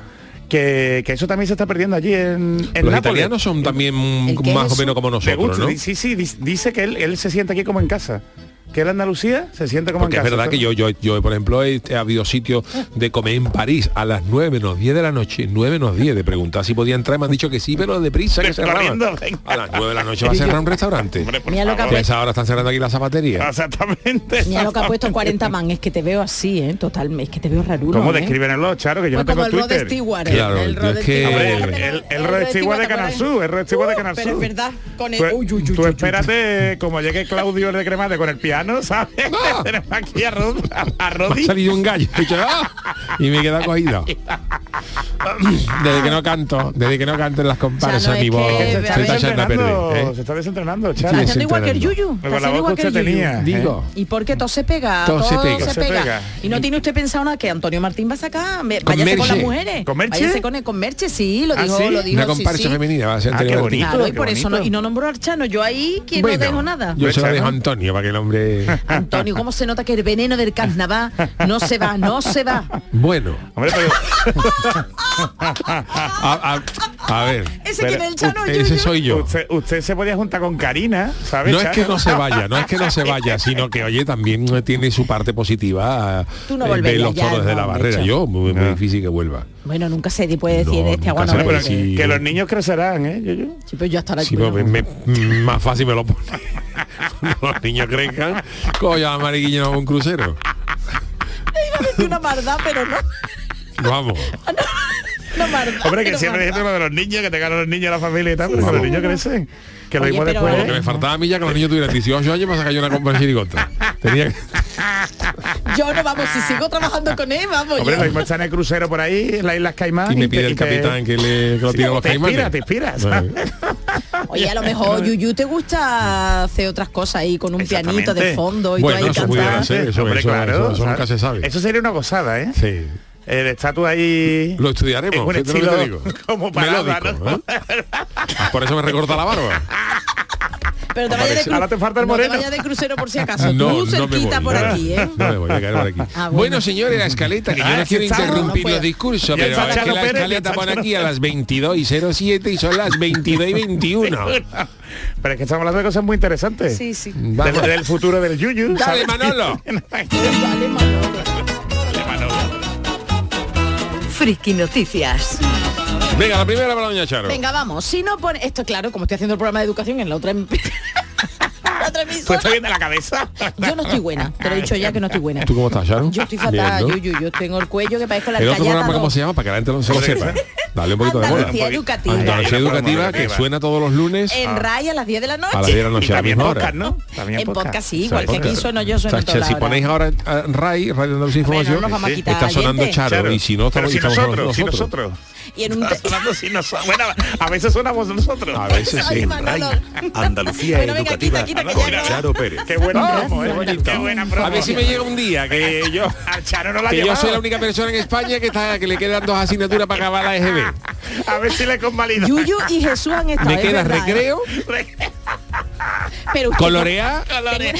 Speaker 9: que, que eso también se está perdiendo allí en, en
Speaker 5: Los
Speaker 9: Nápoles.
Speaker 5: italianos son también
Speaker 9: El
Speaker 5: más o
Speaker 9: queso.
Speaker 5: menos como
Speaker 9: Me
Speaker 5: nosotros,
Speaker 9: gusta,
Speaker 5: ¿no?
Speaker 9: di- Sí, sí, di- dice que él, él se siente aquí como en casa. que la Andalucía se siente como
Speaker 5: Porque
Speaker 9: en
Speaker 5: es
Speaker 9: casa.
Speaker 5: verdad
Speaker 9: Esto-
Speaker 5: que yo, yo, yo, por ejemplo, he, he habido sitios de comer en París a las 9 menos 10 de la noche, 9 menos 10, de preguntar si podía entrar, me han dicho que sí, pero deprisa, que cerraban.
Speaker 9: Corriendo,
Speaker 5: A las 9 de la noche va a cerrar un restaurante.
Speaker 8: Mira lo que ha
Speaker 5: Que a
Speaker 8: puesto.
Speaker 5: esa hora están cerrando aquí la zapatería.
Speaker 9: Exactamente.
Speaker 8: Mira lo que ha puesto 40 man, es que te veo así, ¿eh? Total, es que te veo raruno.
Speaker 9: ¿Cómo
Speaker 8: ¿eh?
Speaker 9: describenlo, Charo? Que yo
Speaker 8: Pues
Speaker 9: no
Speaker 8: como
Speaker 9: tengo
Speaker 8: el Rod
Speaker 9: Twitter.
Speaker 8: Stewart, ¿eh?
Speaker 5: Claro, el yo Rod es que- Stewart.
Speaker 9: A ver, el, el Rod Stewart de Canal Sur, el Rod Stewart de Canal Sur.
Speaker 8: Uh, pero es verdad, con el-
Speaker 9: Tú, e- tú espérate, como llegue Claudio el de Cremade con el piano, ¿sabes? Tenemos aquí a, Rod, a, a
Speaker 5: Me
Speaker 9: Rodi.
Speaker 5: ha salido un gallo y yo, ¡ah! y me queda cogida. Desde que no canto, desde que no canto en las comparsas,
Speaker 9: Ya no es
Speaker 5: mi voz
Speaker 9: que-
Speaker 5: se
Speaker 9: Se
Speaker 5: está
Speaker 9: está
Speaker 5: echando a perder.
Speaker 9: desentrenando,
Speaker 5: ¿eh?
Speaker 9: se está desentrenando,
Speaker 5: Está
Speaker 9: Charo.
Speaker 5: haciendo igual que el
Speaker 9: Desentrenando.
Speaker 5: yuyu, está
Speaker 9: Pues Con la
Speaker 5: haciendo
Speaker 9: voz
Speaker 5: igual
Speaker 9: que
Speaker 5: que el
Speaker 9: usted
Speaker 5: yuyu.
Speaker 9: tenía. ¿eh?
Speaker 5: Digo.
Speaker 8: ¿Y por qué todo se pega? Todo, se pega.
Speaker 5: Todo se pega.
Speaker 8: ¿Y no tiene usted pensado nada que Antonio Martín va a sacar? Me-
Speaker 5: ¿Con
Speaker 8: váyase con las
Speaker 5: Merche?
Speaker 8: mujeres.
Speaker 5: ¿Con Merche?
Speaker 8: Váyase con, el- con Merche, sí, lo
Speaker 5: ¿Ah,
Speaker 8: dijo,
Speaker 5: sí?
Speaker 8: lo dijo.
Speaker 5: Una
Speaker 8: sí,
Speaker 5: comparsa
Speaker 8: sí.
Speaker 5: femenina, va a ser Ah, Antonio qué Martín. bonito,
Speaker 8: Claro, y
Speaker 5: qué
Speaker 8: por eso no,
Speaker 5: bonito.
Speaker 8: y no nombró a Archano. Yo ahí que
Speaker 5: Bueno,
Speaker 8: no dejo nada.
Speaker 5: Yo se lo dejo a Antonio para que el hombre.
Speaker 8: Antonio, ¿cómo se nota que el veneno del carnaval no se va, no se va?
Speaker 5: Bueno.
Speaker 9: Hombre,
Speaker 5: a, a- a ver.
Speaker 8: Ese que en el Chano
Speaker 5: Ese Yuyu. soy yo.
Speaker 9: Usted, usted se podía juntar con Karina, ¿sabes?
Speaker 5: No es que
Speaker 9: Charo?
Speaker 5: no se vaya, no es que no se vaya, sino que oye también tiene su parte positiva
Speaker 8: Tú no
Speaker 5: eh, ver
Speaker 8: volverías
Speaker 5: los
Speaker 8: ya,
Speaker 5: toros de
Speaker 8: no,
Speaker 5: la
Speaker 8: de
Speaker 5: barrera.
Speaker 8: hecho.
Speaker 5: Yo muy,
Speaker 9: Ah.
Speaker 5: muy difícil que vuelva.
Speaker 8: Bueno, nunca se puede decir
Speaker 5: No,
Speaker 8: este
Speaker 5: nunca
Speaker 8: agua no
Speaker 5: se
Speaker 8: bebe.
Speaker 5: puede decir.
Speaker 9: Que los niños crecerán, ¿eh? Yo, yo.
Speaker 8: Sí, pero yo hasta la
Speaker 5: Sí, pero me- me- más fácil me lo pone. Cuando los niños crezcan, coño, amariguillo no va a un crucero.
Speaker 8: iba a decir una maldad, pero no.
Speaker 5: Vamos.
Speaker 8: Una mardad,
Speaker 9: Hombre, que
Speaker 8: pero
Speaker 9: siempre
Speaker 8: mardad.
Speaker 9: dijiste lo de los niños, que te ganan los niños a la familia y tal, pero que los niños crecen. Que lo
Speaker 8: Oye,
Speaker 9: mismo
Speaker 8: pero-
Speaker 9: después.
Speaker 5: Lo que me faltaba a mí ya que los niños tuvieran 18 años para sacar yo una compra en chirigota. Tenía que...
Speaker 8: Yo no vamos, si sigo trabajando con él, vamos.
Speaker 9: Hombre,
Speaker 8: yo.
Speaker 9: lo mismo están en el crucero por ahí, en las Islas Caimán.
Speaker 5: Y me pide
Speaker 9: te-
Speaker 5: el
Speaker 9: te-
Speaker 5: capitán que le que lo
Speaker 9: Sí,
Speaker 5: tire a los
Speaker 9: te inspira,
Speaker 5: caimanes.
Speaker 9: te inspira, ¿sabes?
Speaker 8: Oye, a lo mejor Yuyu te gusta hacer otras cosas ahí con un pianito de fondo y
Speaker 5: Bueno,
Speaker 8: todo ahí
Speaker 5: eso pudiera
Speaker 8: cantando.
Speaker 5: ser, eso,
Speaker 9: Hombre,
Speaker 5: eso,
Speaker 9: claro,
Speaker 5: eso- eso
Speaker 9: ¿sabes?
Speaker 5: nunca se sabe.
Speaker 9: Eso sería una gozada, ¿eh?
Speaker 5: Sí.
Speaker 9: El estatua ahí...
Speaker 5: Lo estudiaremos,
Speaker 9: Es un
Speaker 5: fíjate lo que
Speaker 9: estilo
Speaker 5: te digo.
Speaker 9: como parada,
Speaker 5: Melódico, ¿eh? Ah,
Speaker 9: ¿no?
Speaker 5: Por eso me recorta la barba.
Speaker 8: Pero te vayas de, cru-
Speaker 9: Ahora te falta el
Speaker 8: no te
Speaker 9: moreno.
Speaker 8: vayas de crucero por si acaso.
Speaker 5: No,
Speaker 8: Tú
Speaker 5: no me
Speaker 8: cerquita
Speaker 5: voy,
Speaker 8: por
Speaker 5: no.
Speaker 8: aquí, ¿eh?
Speaker 5: No me voy a caer por aquí.
Speaker 8: Ah,
Speaker 5: bueno.
Speaker 8: bueno.
Speaker 5: señores, la escaleta, que yo
Speaker 9: Ah,
Speaker 5: no
Speaker 9: sí
Speaker 5: quiero
Speaker 9: estamos,
Speaker 5: interrumpir
Speaker 8: no puedo.
Speaker 5: los discursos,
Speaker 9: Ya
Speaker 5: pero
Speaker 9: está
Speaker 5: es que
Speaker 9: Charo
Speaker 5: la
Speaker 9: Pérez, ya
Speaker 5: escaleta
Speaker 9: está
Speaker 5: pone
Speaker 9: Charo.
Speaker 5: aquí a las 22 y 07 y son las 22 y 21.
Speaker 9: Pero es que estamos hablando de cosas muy interesantes.
Speaker 8: Sí, sí.
Speaker 9: Del, del futuro del Yuyu.
Speaker 5: Dale,
Speaker 9: ¿sabes?
Speaker 5: Manolo.
Speaker 8: Dale, Manolo.
Speaker 13: Friki Noticias.
Speaker 5: Venga, la primera para doña Charo.
Speaker 8: Venga, vamos. Si no pone... Esto, claro, como estoy haciendo el programa de educación en la otra... em- la otra
Speaker 9: ¿Tú
Speaker 5: Pues
Speaker 8: emisora.
Speaker 9: estás viendo la cabeza?
Speaker 8: Yo no estoy buena. Te lo he dicho ya que no estoy buena.
Speaker 5: ¿Tú cómo estás, Charo?
Speaker 8: Yo estoy fatal,
Speaker 5: Bien, ¿no?
Speaker 8: Yuyu. Yo tengo el cuello que parezco la
Speaker 5: El otro
Speaker 8: alcayata
Speaker 5: programa, ¿cómo
Speaker 8: dos.
Speaker 5: se llama? Para que la gente no se lo sepa. Dale un poquito de bola.
Speaker 8: Andalucía Educativa.
Speaker 5: Andalucía
Speaker 9: Ahí la programa
Speaker 5: Educativa, que
Speaker 9: educativa.
Speaker 5: suena todos los lunes
Speaker 8: En RAI a las 10 de la noche.
Speaker 5: Ah. a las 10 de la
Speaker 9: Y
Speaker 5: noche. a la
Speaker 9: también
Speaker 5: misma
Speaker 9: podcast,
Speaker 5: hora.
Speaker 9: ¿no? También
Speaker 8: En podcast sí,
Speaker 5: O sea,
Speaker 8: igual que aquí
Speaker 5: podcast.
Speaker 8: sueno yo, sueno
Speaker 5: O sea,
Speaker 8: en toda
Speaker 5: si
Speaker 8: la hora.
Speaker 5: ponéis ahora eh, RAI, Radio
Speaker 8: Hombre, no
Speaker 5: Andalucía Información,
Speaker 8: nos vamos a quitar
Speaker 5: está sonando
Speaker 8: oyentes.
Speaker 5: Charo,
Speaker 9: Charo.
Speaker 5: y si no, estamos,
Speaker 9: Pero si
Speaker 5: estamos hablando
Speaker 9: nosotros, si
Speaker 5: nosotros.
Speaker 9: nosotros.
Speaker 8: Y en un...
Speaker 9: Está sonando sin nosotros. Bueno, a veces sonamos nosotros.
Speaker 5: A veces sí.
Speaker 8: Ay, Manolo.
Speaker 1: Andalucía
Speaker 8: Bueno, venga,
Speaker 1: Educativa
Speaker 8: quita, quita, que
Speaker 1: con
Speaker 8: ya no.
Speaker 1: Charo Pérez.
Speaker 9: Qué buena
Speaker 5: Ah,
Speaker 9: promo, eh,
Speaker 5: bonito.
Speaker 9: Qué buena promo.
Speaker 5: A ver si me llega un día que yo,
Speaker 9: Al Charo no la ha
Speaker 5: que yo
Speaker 9: llevado.
Speaker 5: soy la única persona en España que, está, que le quedan dos asignaturas para acabar
Speaker 9: E
Speaker 5: la EGB.
Speaker 9: A ver si le convalida.
Speaker 8: Yuyu y Jesús han estado.
Speaker 5: Me
Speaker 8: es
Speaker 5: queda
Speaker 8: verdad, ¿eh?
Speaker 5: recreo,
Speaker 8: Pero usted-
Speaker 5: colorear,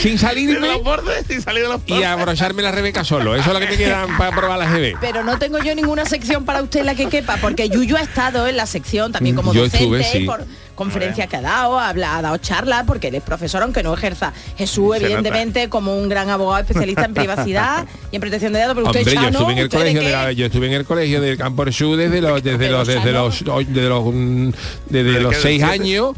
Speaker 5: sin
Speaker 9: De
Speaker 5: salirme
Speaker 9: los bordes, sin salir de los
Speaker 5: y abrocharme la Rebeca solo. Eso es lo que me quedan para probar la EGB.
Speaker 8: Pero no tengo yo ninguna sección para usted en la que quepa, porque Yuyu ha estado en la sección también como
Speaker 5: Mm, Yo
Speaker 8: docente,
Speaker 5: estuve, sí.
Speaker 8: por conferencias que ha dado, habla, ha dado charlas, porque él es profesor, aunque no ejerza. Jesús,
Speaker 9: Se
Speaker 8: evidentemente, como un gran abogado especialista en privacidad y en protección de datos, pero usted
Speaker 5: Hombre, yo
Speaker 8: Chano,
Speaker 5: estuve en el
Speaker 8: ¿usted
Speaker 5: colegio
Speaker 8: de
Speaker 5: de
Speaker 8: qué?
Speaker 5: la- yo estuve en el colegio del Campo del Sur desde los desde los desde los desde los mm, desde
Speaker 9: ¿Desde
Speaker 5: los
Speaker 9: qué?
Speaker 5: seis
Speaker 9: ¿Desde
Speaker 5: años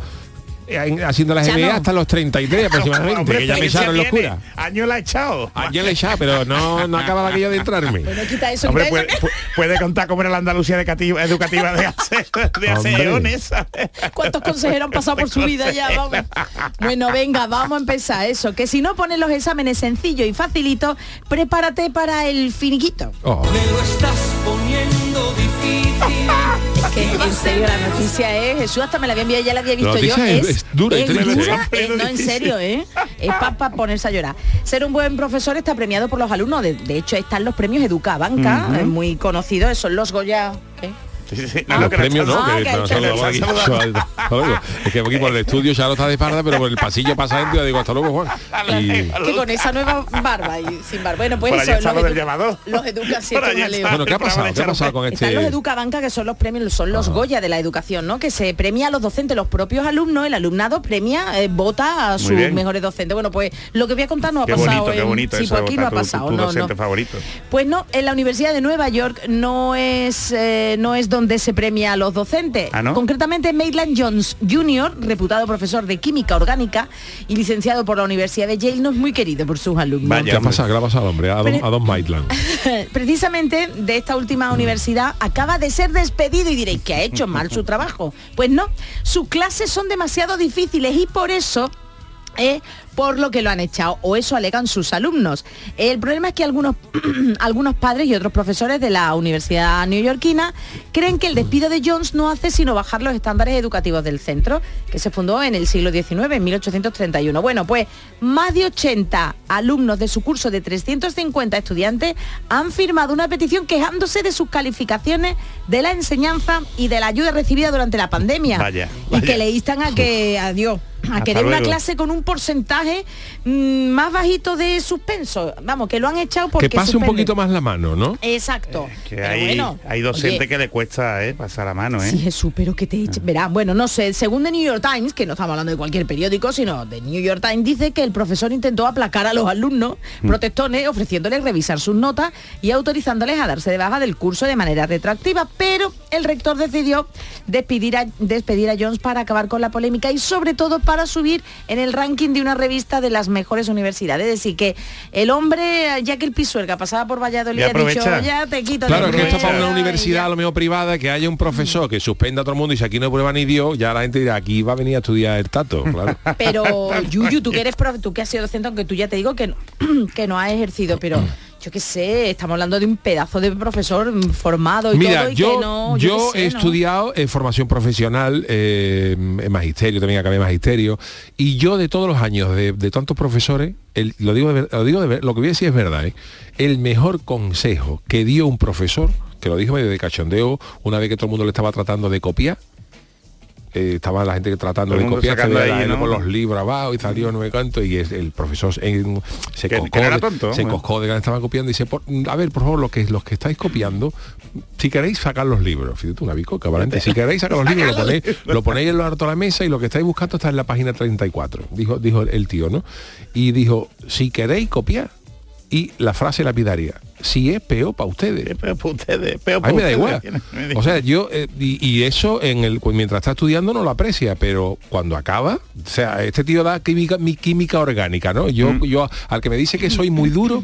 Speaker 5: eh, haciendo las
Speaker 8: Ya
Speaker 5: EBA
Speaker 8: no.
Speaker 5: hasta los 33 aproximadamente, que ya me echaron los curas.
Speaker 9: Año la ha echado.
Speaker 5: Ayer le echaba, pero no, no acababa aquello de entrarme.
Speaker 8: Bueno, quita eso,
Speaker 9: Hombre,
Speaker 8: quita
Speaker 9: puede,
Speaker 8: eso,
Speaker 9: pu- puede contar cómo era la Andalucía educativa, educativa de hace, de hace
Speaker 5: Hombre.
Speaker 9: eones. ¿sabes?
Speaker 8: que- ¿Cuántos consejeros han pasado por su vida ya? Vamos. Bueno, venga, vamos a empezar eso. Que si no pones los exámenes sencillos y facilitos, prepárate para el finiquito.
Speaker 5: Oh,
Speaker 8: Es que en serio la noticia es Jesús hasta me la había enviado ya la había visto
Speaker 5: La
Speaker 8: yo
Speaker 5: noticia es- es dura y
Speaker 8: es
Speaker 5: triste,
Speaker 8: dura,
Speaker 9: ¿eh?
Speaker 8: es- no en serio eh es para ponerse a llorar ser un buen profesor está premiado por los alumnos de, de hecho están los premios Educabanca eh, muy conocidos son los goya ¿eh?
Speaker 5: no,
Speaker 9: los
Speaker 5: que nos
Speaker 9: premios no,
Speaker 5: están-
Speaker 9: que
Speaker 5: Ah, que
Speaker 9: nos
Speaker 5: nos
Speaker 9: saludamos
Speaker 5: están
Speaker 9: aquí.
Speaker 5: saludando.
Speaker 9: Hasta luego. Es que aquí por el estudio ya lo está de espalda, pero por el pasillo pasa gente y le digo hasta luego, Juan. Y-
Speaker 8: Que con esa nueva barba y sin barba. Bueno, pues
Speaker 9: Por allá
Speaker 8: eso,
Speaker 9: está
Speaker 8: los,
Speaker 9: lo del
Speaker 8: edu-
Speaker 9: llamador.
Speaker 8: los educa siempre
Speaker 9: allá
Speaker 8: jaleo.
Speaker 9: está Bueno, ¿qué ha el pasado? programa de ¿Qué ha pasado Charpe? con este-
Speaker 8: Están los Educabanca, que son los premios, son los Goya de la educación, ¿no? Que se premia a los docentes, los propios alumnos, el alumnado premia, eh, vota a
Speaker 5: Muy
Speaker 8: sus
Speaker 5: bien.
Speaker 8: mejores docentes. Bueno, pues lo que voy a contar no ha
Speaker 5: Qué
Speaker 8: pasado.
Speaker 5: bonito, qué
Speaker 8: en-
Speaker 5: bonito
Speaker 8: sí,
Speaker 5: eso
Speaker 8: por aquí
Speaker 5: de
Speaker 8: no ha
Speaker 5: votar tu-
Speaker 8: pasado.
Speaker 5: tu
Speaker 8: no, no.
Speaker 5: docente favorito.
Speaker 8: Pues no, en la Universidad de Nueva York no es eh, no es donde se premia a los docentes.
Speaker 5: ¿Ah, no?
Speaker 8: Concretamente Maitland Jones Jr., reputado profesor de química orgánica y licenciado por la Universidad de Yale, no es muy querido por sus alumnos.
Speaker 9: ¿Qué ha pasado? ¿Qué le ha pasado al hombre? A Don,
Speaker 8: Pero-
Speaker 9: a don Maitland.
Speaker 8: Precisamente de esta última universidad acaba de ser despedido y diréis que ha hecho mal su trabajo. Pues no, sus clases son demasiado difíciles y por eso es eh, por lo que lo han echado, o eso alegan sus alumnos. El problema es que algunos, algunos padres y otros profesores de la Universidad neoyorquina creen que el despido de Jones no hace sino bajar los estándares educativos del centro, que se fundó en el siglo XIX, en 1831. Bueno, pues más de 80 alumnos de su curso de 350 estudiantes han firmado una petición quejándose de sus calificaciones, de la enseñanza y de la ayuda recibida durante la pandemia.
Speaker 5: Vaya,
Speaker 8: Y
Speaker 5: vaya.
Speaker 8: que le instan a que, adiós, a
Speaker 5: Hasta
Speaker 8: que dé una
Speaker 5: luego.
Speaker 8: clase con un porcentaje mm, más bajito de suspenso. Vamos, que lo han echado porque
Speaker 9: Que pase un
Speaker 8: suspende.
Speaker 9: poquito más la mano, ¿no?
Speaker 8: Exacto.
Speaker 5: Que
Speaker 8: Pero
Speaker 5: hay,
Speaker 8: bueno,
Speaker 5: hay docente
Speaker 8: oye,
Speaker 5: que le cuesta eh, pasar la mano, ¿eh?
Speaker 8: Sí, Jesús, pero que te eche- Verá, bueno, no sé, según The New York Times, que no estamos hablando de cualquier periódico, sino de New York Times, dice que el profesor intentó aplacar a los alumnos
Speaker 14: Mm.
Speaker 8: protestones, ofreciéndoles revisar sus notas y autorizándoles a darse de baja del curso de manera retroactiva, pero el rector decidió despedir a, despedir a Jones para acabar con la polémica y sobre todo para subir en el ranking de una revista de las mejores universidades. Es decir, que el hombre, ya que el pisuerga pasaba por Valladolid,
Speaker 9: Ya
Speaker 8: ha dicho,
Speaker 9: aprovecha.
Speaker 8: ya te quito
Speaker 9: Claro,
Speaker 8: de
Speaker 9: es que esto
Speaker 8: nuevo".
Speaker 9: para una universidad a lo mejor privada, que haya un profesor que suspenda a todo el mundo y si aquí no prueba ni Dios, ya la gente dirá, aquí va a venir a estudiar el tato, claro.
Speaker 8: Pero Yuyu, tú que eres profe, tú que has sido docente, aunque tú ya te digo que no, que no has ejercido, pero yo qué sé, estamos hablando de un pedazo de profesor mm, formado y
Speaker 9: Mira,
Speaker 8: todo y
Speaker 9: yo,
Speaker 8: que no,
Speaker 9: yo,
Speaker 8: qué sé,
Speaker 9: he
Speaker 8: ¿no?
Speaker 9: estudiado eh, formación profesional, eh, en magisterio, también acabé magisterio, y yo de todos los años de, de tantos profesores, el- lo digo, de, ver- lo digo de ver- lo que voy a decir es verdad, ¿eh? el mejor consejo que dio un profesor, que lo dijo medio de cachondeo, una vez que todo el mundo le estaba tratando de copiar, eh, estaba la gente que tratando
Speaker 5: Todo el
Speaker 9: de
Speaker 5: mundo
Speaker 9: copiar,
Speaker 5: sacando
Speaker 9: salía la-
Speaker 5: ahí, ¿no?
Speaker 9: con los libros abajo y salió no me canto y es, el profesor en- se
Speaker 5: Que- que
Speaker 9: coscó,
Speaker 5: no era
Speaker 9: de-
Speaker 5: tonto,
Speaker 9: se
Speaker 5: ¿eh?
Speaker 9: coscó de que le estaban copiando y dice, por- a ver, por favor, los que, los que estáis copiando, si queréis sacar los libros, fíjate una bicoca, ¿vale? si queréis sacar los libros, lo ponéis, lo ponéis en lo alto de la mesa y lo que estáis buscando está en la página 34, dijo, dijo el tío, ¿no? Y dijo, si queréis copiar, y la frase lapidaria, si es peor para ustedes. Es
Speaker 5: peor para ustedes, peor
Speaker 9: A mí me da
Speaker 5: pa'
Speaker 9: igual.
Speaker 5: ustedes.
Speaker 9: O sea, yo, eh, y, y eso en el pues, mientras está estudiando no lo aprecia, pero cuando acaba, o sea, este tío da química, mi química orgánica, ¿no? Yo,
Speaker 5: Mm.
Speaker 9: yo al que me dice que soy muy duro.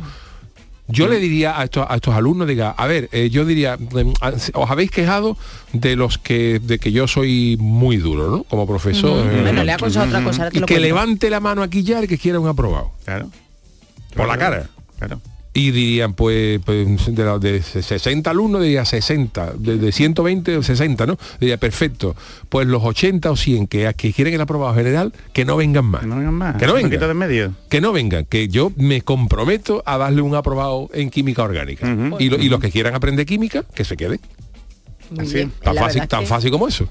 Speaker 9: Yo le diría a estos, a estos alumnos, diga, a ver, eh, yo diría, em, a- os habéis quejado de los que, de que yo soy muy duro, ¿no? Como profesor.
Speaker 8: Ujú.
Speaker 9: eh,
Speaker 8: Bueno, le ha aconsejado otra cosa, ahora te
Speaker 9: Y
Speaker 8: lo
Speaker 9: que
Speaker 8: cuento.
Speaker 9: levante la mano aquí ya el que quiera un aprobado.
Speaker 5: Claro.
Speaker 9: Por la cara.
Speaker 5: Claro.
Speaker 9: Y dirían, pues, pues, de, la- de 60 alumnos, diría 60, de, de 120, 60, ¿no? Diría, perfecto, pues los 80 o 100 que, que quieren el aprobado general, que no vengan más. Que no vengan más. Que no
Speaker 5: Un poquito
Speaker 9: vengan.
Speaker 5: de medio.
Speaker 9: Que yo me comprometo a darle un aprobado en química orgánica. y, lo- y los que quieran aprender química, que se queden.
Speaker 8: Muy
Speaker 9: Así,
Speaker 8: bien.
Speaker 9: Tan
Speaker 8: La verdad
Speaker 9: fácil,
Speaker 8: es
Speaker 9: tan
Speaker 8: que-
Speaker 9: fácil como eso.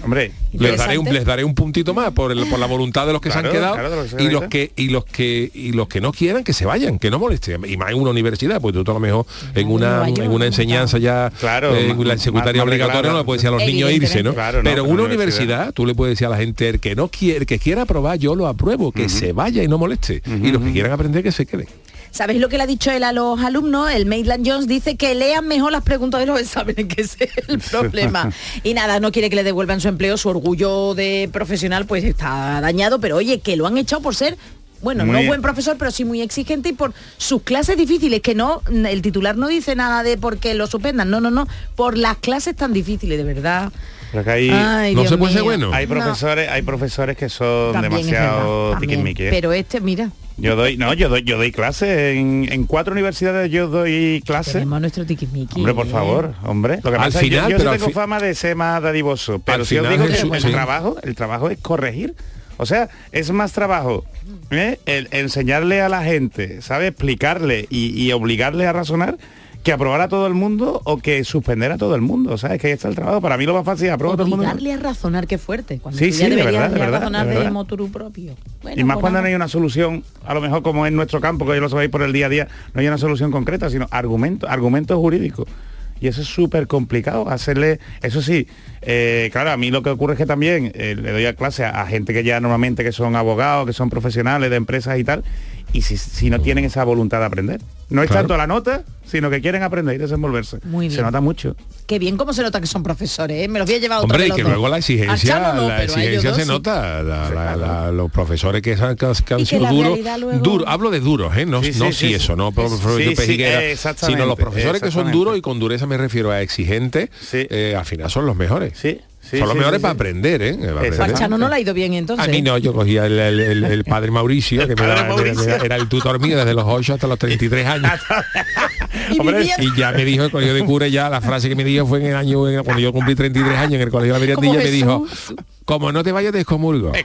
Speaker 5: Hombre,
Speaker 9: les daré, un,
Speaker 5: interesante.
Speaker 9: les daré un puntito más por, el- por la voluntad de los que se
Speaker 5: Claro,
Speaker 9: han quedado
Speaker 5: claro, de los que se
Speaker 9: y
Speaker 5: han
Speaker 9: los
Speaker 5: ido.
Speaker 9: que y los que y los que no quieran que se vayan que no molesten y más en una universidad pues tú a lo mejor en una en una enseñanza ya
Speaker 5: Claro,
Speaker 9: eh, en la
Speaker 5: más-
Speaker 9: secundaria
Speaker 5: más
Speaker 9: obligatoria
Speaker 5: reglada.
Speaker 9: no le puedes decir a los niños irse no
Speaker 5: Evidentemente. Claro, no,
Speaker 9: pero en
Speaker 5: pero
Speaker 9: una
Speaker 5: en la
Speaker 9: universidad, tú le puedes decir a la gente el que no quiere el que quiera aprobar yo lo apruebo que se vaya y no moleste y los que quieran aprender que se queden
Speaker 8: ¿Sabéis lo que le ha dicho él a los alumnos? El Maitland Jones dice que lean mejor las preguntas de los exámenes, que ese es el problema. Y nada, no quiere que le devuelvan su empleo, su orgullo de profesional pues está dañado, pero oye, que lo han echado por ser... Bueno,
Speaker 15: Muy
Speaker 8: no
Speaker 15: bien.
Speaker 8: buen profesor, pero sí muy exigente y por sus clases difíciles, que no, el titular no dice nada de porque lo suspendan, no, no, no, por las clases tan difíciles, de verdad.
Speaker 5: Pero que hay-
Speaker 8: Ay, No Dios se puede ser mío. bueno.
Speaker 5: Hay
Speaker 8: No.
Speaker 5: profesores, hay profesores que son
Speaker 8: También es
Speaker 5: demasiado
Speaker 8: verdad, también.
Speaker 5: tiquismiquis, ¿eh?
Speaker 8: Pero este, mira,
Speaker 5: Yo doy, no, yo doy, yo doy clases en, en cuatro universidades yo doy clases.
Speaker 8: tenemos ¿eh? nuestro tiquismiqui.
Speaker 5: ¿Ah, Hombre, por favor, hombre. Lo que
Speaker 9: Al
Speaker 5: pasa es que yo-
Speaker 9: final,
Speaker 5: yo, sí
Speaker 9: pero al
Speaker 5: tengo
Speaker 9: fi-
Speaker 5: fama de ser más dadivoso, pero
Speaker 9: Al
Speaker 5: si os
Speaker 9: final,
Speaker 5: digo que
Speaker 9: Jesús,
Speaker 5: el
Speaker 9: sí.
Speaker 5: trabajo, el trabajo es corregir. O sea, es más trabajo ¿eh? el enseñarle a la gente, ¿sabe? Explicarle y, y obligarle a razonar
Speaker 9: que aprobar a todo el mundo o que suspender a todo el mundo, ¿sabes? Que ahí está el trabajo. Para mí lo más fácil es aprobar a todo el mundo.
Speaker 8: Obligarle a razonar qué fuerte. Cuando
Speaker 9: Sí,
Speaker 8: tú ya
Speaker 9: sí, de
Speaker 8: deberías
Speaker 9: verdad, de
Speaker 8: ya
Speaker 9: verdad,
Speaker 8: razonar
Speaker 9: de
Speaker 8: de,
Speaker 9: verdad.
Speaker 8: motu propio. Bueno,
Speaker 9: y más
Speaker 8: pues
Speaker 9: cuando
Speaker 8: nada.
Speaker 9: no hay una solución, a lo mejor como en nuestro campo, que ya lo sabéis por el día a día, no hay una solución concreta, sino argumentos, argumentos jurídicos. Y eso es súper complicado, hacerle, eso sí, eh, claro, a mí lo que ocurre es que también eh, le doy a clase a, a gente que ya normalmente que son abogados, que son profesionales de empresas y tal, y si, si no tienen esa voluntad de aprender. No es
Speaker 8: Claro.
Speaker 9: tanto la nota, sino que quieren aprender y desenvolverse.
Speaker 8: Muy bien.
Speaker 9: Se nota mucho.
Speaker 8: Qué bien cómo se nota que son profesores, ¿eh? Me los voy a llevar a otro
Speaker 5: Hombre,
Speaker 8: de
Speaker 5: y
Speaker 8: los
Speaker 5: que
Speaker 8: dos.
Speaker 5: luego la
Speaker 8: A
Speaker 5: exigencia,
Speaker 8: Chano no,
Speaker 5: la
Speaker 8: pero a ellos
Speaker 5: exigencia
Speaker 8: dos
Speaker 5: se
Speaker 8: sí.
Speaker 5: nota, la- la- la- los profesores que, han- que han- que han
Speaker 8: Y que
Speaker 5: sido
Speaker 8: la
Speaker 5: duros,
Speaker 8: realidad luego-
Speaker 5: duro, hablo de duros, ¿eh? no,
Speaker 9: Sí, sí,
Speaker 5: no
Speaker 9: sí,
Speaker 5: si
Speaker 9: sí.
Speaker 5: eso, no profesor
Speaker 9: Sí,
Speaker 5: de
Speaker 9: sí,
Speaker 5: pejiguera,
Speaker 9: eh, exactamente,
Speaker 5: sino los profesores que son
Speaker 9: exactamente.
Speaker 5: duros y con dureza me refiero a exigentes, eh, al final son los mejores. son los
Speaker 9: sí,
Speaker 5: mejores
Speaker 9: sí,
Speaker 5: para
Speaker 9: sí.
Speaker 5: aprender, ¿eh? Para aprender.
Speaker 8: Pues a Chano no le ha ido bien entonces.
Speaker 5: A mí no, yo cogía el, el- el- el padre Mauricio, que me
Speaker 9: padre
Speaker 5: daba- me- me-
Speaker 9: Mauricio.
Speaker 5: era el tutor mío desde los 8 hasta los 33 años.
Speaker 8: Y
Speaker 5: Hombre,
Speaker 8: vivía-
Speaker 5: y ya me dijo el colegio de cura, ya la frase que me dijo fue en el año, en- cuando yo cumplí 33 años en el colegio de la
Speaker 8: Como
Speaker 5: Mirandilla, me dijo,
Speaker 8: Jesús.
Speaker 5: como no te vayas te excomulgo.
Speaker 9: pues.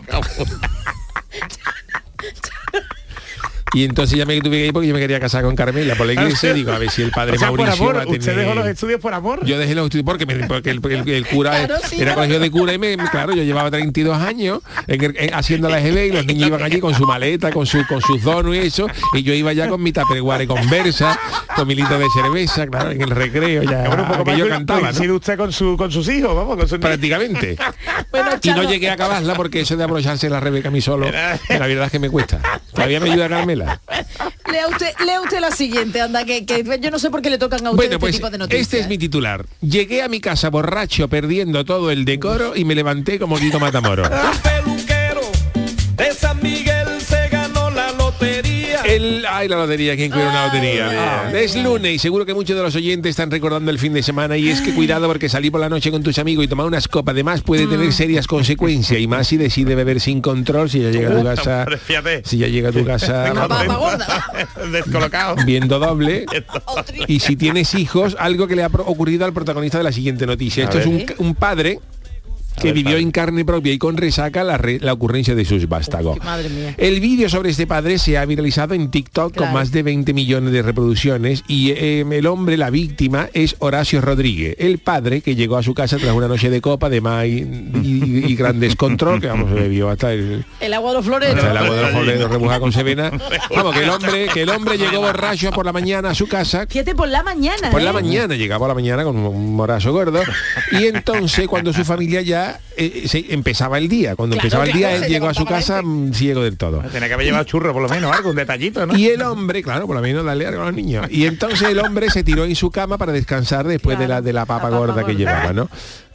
Speaker 5: Y entonces ya me tuve que ir porque yo me quería casar con Carmela por la iglesia y digo, a ver si el padre
Speaker 9: O sea,
Speaker 5: Mauricio
Speaker 9: por
Speaker 5: va a
Speaker 9: amor, usted
Speaker 5: tener-
Speaker 9: dejó los estudios por amor.
Speaker 5: yo dejé los estudios porque, me- porque el, el- el cura
Speaker 9: Claro, sí,
Speaker 5: era
Speaker 9: claro.
Speaker 5: colegio de cura y me, claro, yo llevaba 32 años en el- en- haciendo la GB y los niños iban allí con su maleta, con, su, con sus donos y eso, y yo iba ya con mi tapereguare conversa, con mi litro de cerveza, claro, en el recreo ya.
Speaker 9: Bueno, un
Speaker 5: que
Speaker 9: poco más pues,
Speaker 5: yo
Speaker 9: co-
Speaker 5: cantaba, ¿no?
Speaker 9: coincide usted con, su, con sus hijos, vamos, con sus niños.
Speaker 5: Prácticamente. Y
Speaker 9: Chano.
Speaker 5: no llegué a acabarla porque eso de abrocharse la Rebeca a mí solo, la verdad es que me cuesta. Todavía me ayuda Carmela.
Speaker 8: Lea usted, lea usted la siguiente, anda, que, que yo no sé por qué le tocan a usted
Speaker 5: Bueno,
Speaker 8: este
Speaker 5: pues
Speaker 8: tipo de noticias.
Speaker 5: este es mi titular. Llegué a mi casa borracho, perdiendo todo el decoro y me levanté como Guito Matamoro.
Speaker 12: De San Miguel se ganó la lotería.
Speaker 5: El, ay, la lotería, ¿quién cuida una lotería? Ah, es lunes y seguro que muchos de los oyentes están recordando el fin de semana y es que cuidado porque salir por la noche con tus amigos y tomar unas copas de más puede
Speaker 8: Mm.
Speaker 5: tener serias consecuencias y más si decide beber sin control si ya llega a tu casa
Speaker 9: Hombre, fíjate.
Speaker 5: si ya llega a tu casa
Speaker 9: Descolocado.
Speaker 5: viendo doble y si tienes hijos algo que le ha pro- ocurrido al protagonista de la siguiente noticia
Speaker 9: A
Speaker 5: esto es un,
Speaker 9: ver.
Speaker 5: un padre que
Speaker 9: ver,
Speaker 5: vivió
Speaker 9: padre.
Speaker 5: en carne propia y con resaca la, re- la ocurrencia de sus vástagos.
Speaker 8: Madre mía.
Speaker 5: El vídeo sobre este padre se ha viralizado en TikTok
Speaker 8: Claro.
Speaker 5: con más de 20 millones de reproducciones y eh, el hombre, la víctima, es Horacio Rodríguez, el padre que llegó a su casa tras una noche de copa, de más y, y- y gran descontrol, que vamos, bebió hasta el,
Speaker 8: El agua de los floreros.
Speaker 5: hasta el agua de los pobres rebujada con sevena. Vamos, que el hombre, que el hombre llegó borracho por la mañana a su casa
Speaker 8: Fíjate por la mañana.
Speaker 5: por
Speaker 8: ¿eh?
Speaker 5: la mañana, llegaba por la mañana con un morazo gordo. Y entonces cuando su familia ya eh, se empezaba el día, cuando
Speaker 9: Claro,
Speaker 5: empezaba el
Speaker 9: claro,
Speaker 5: día,
Speaker 9: se
Speaker 5: él llegó a su
Speaker 9: levantaba
Speaker 5: casa mm, ciego del todo.
Speaker 9: Tenía que haber llevado churro, por lo menos, algo, un detallito, ¿no?
Speaker 5: Y el hombre, claro, por lo menos dale algo a los niños. Y entonces el hombre se tiró en su cama para descansar después de la de la papa, gorda, que llevaba, ¿no?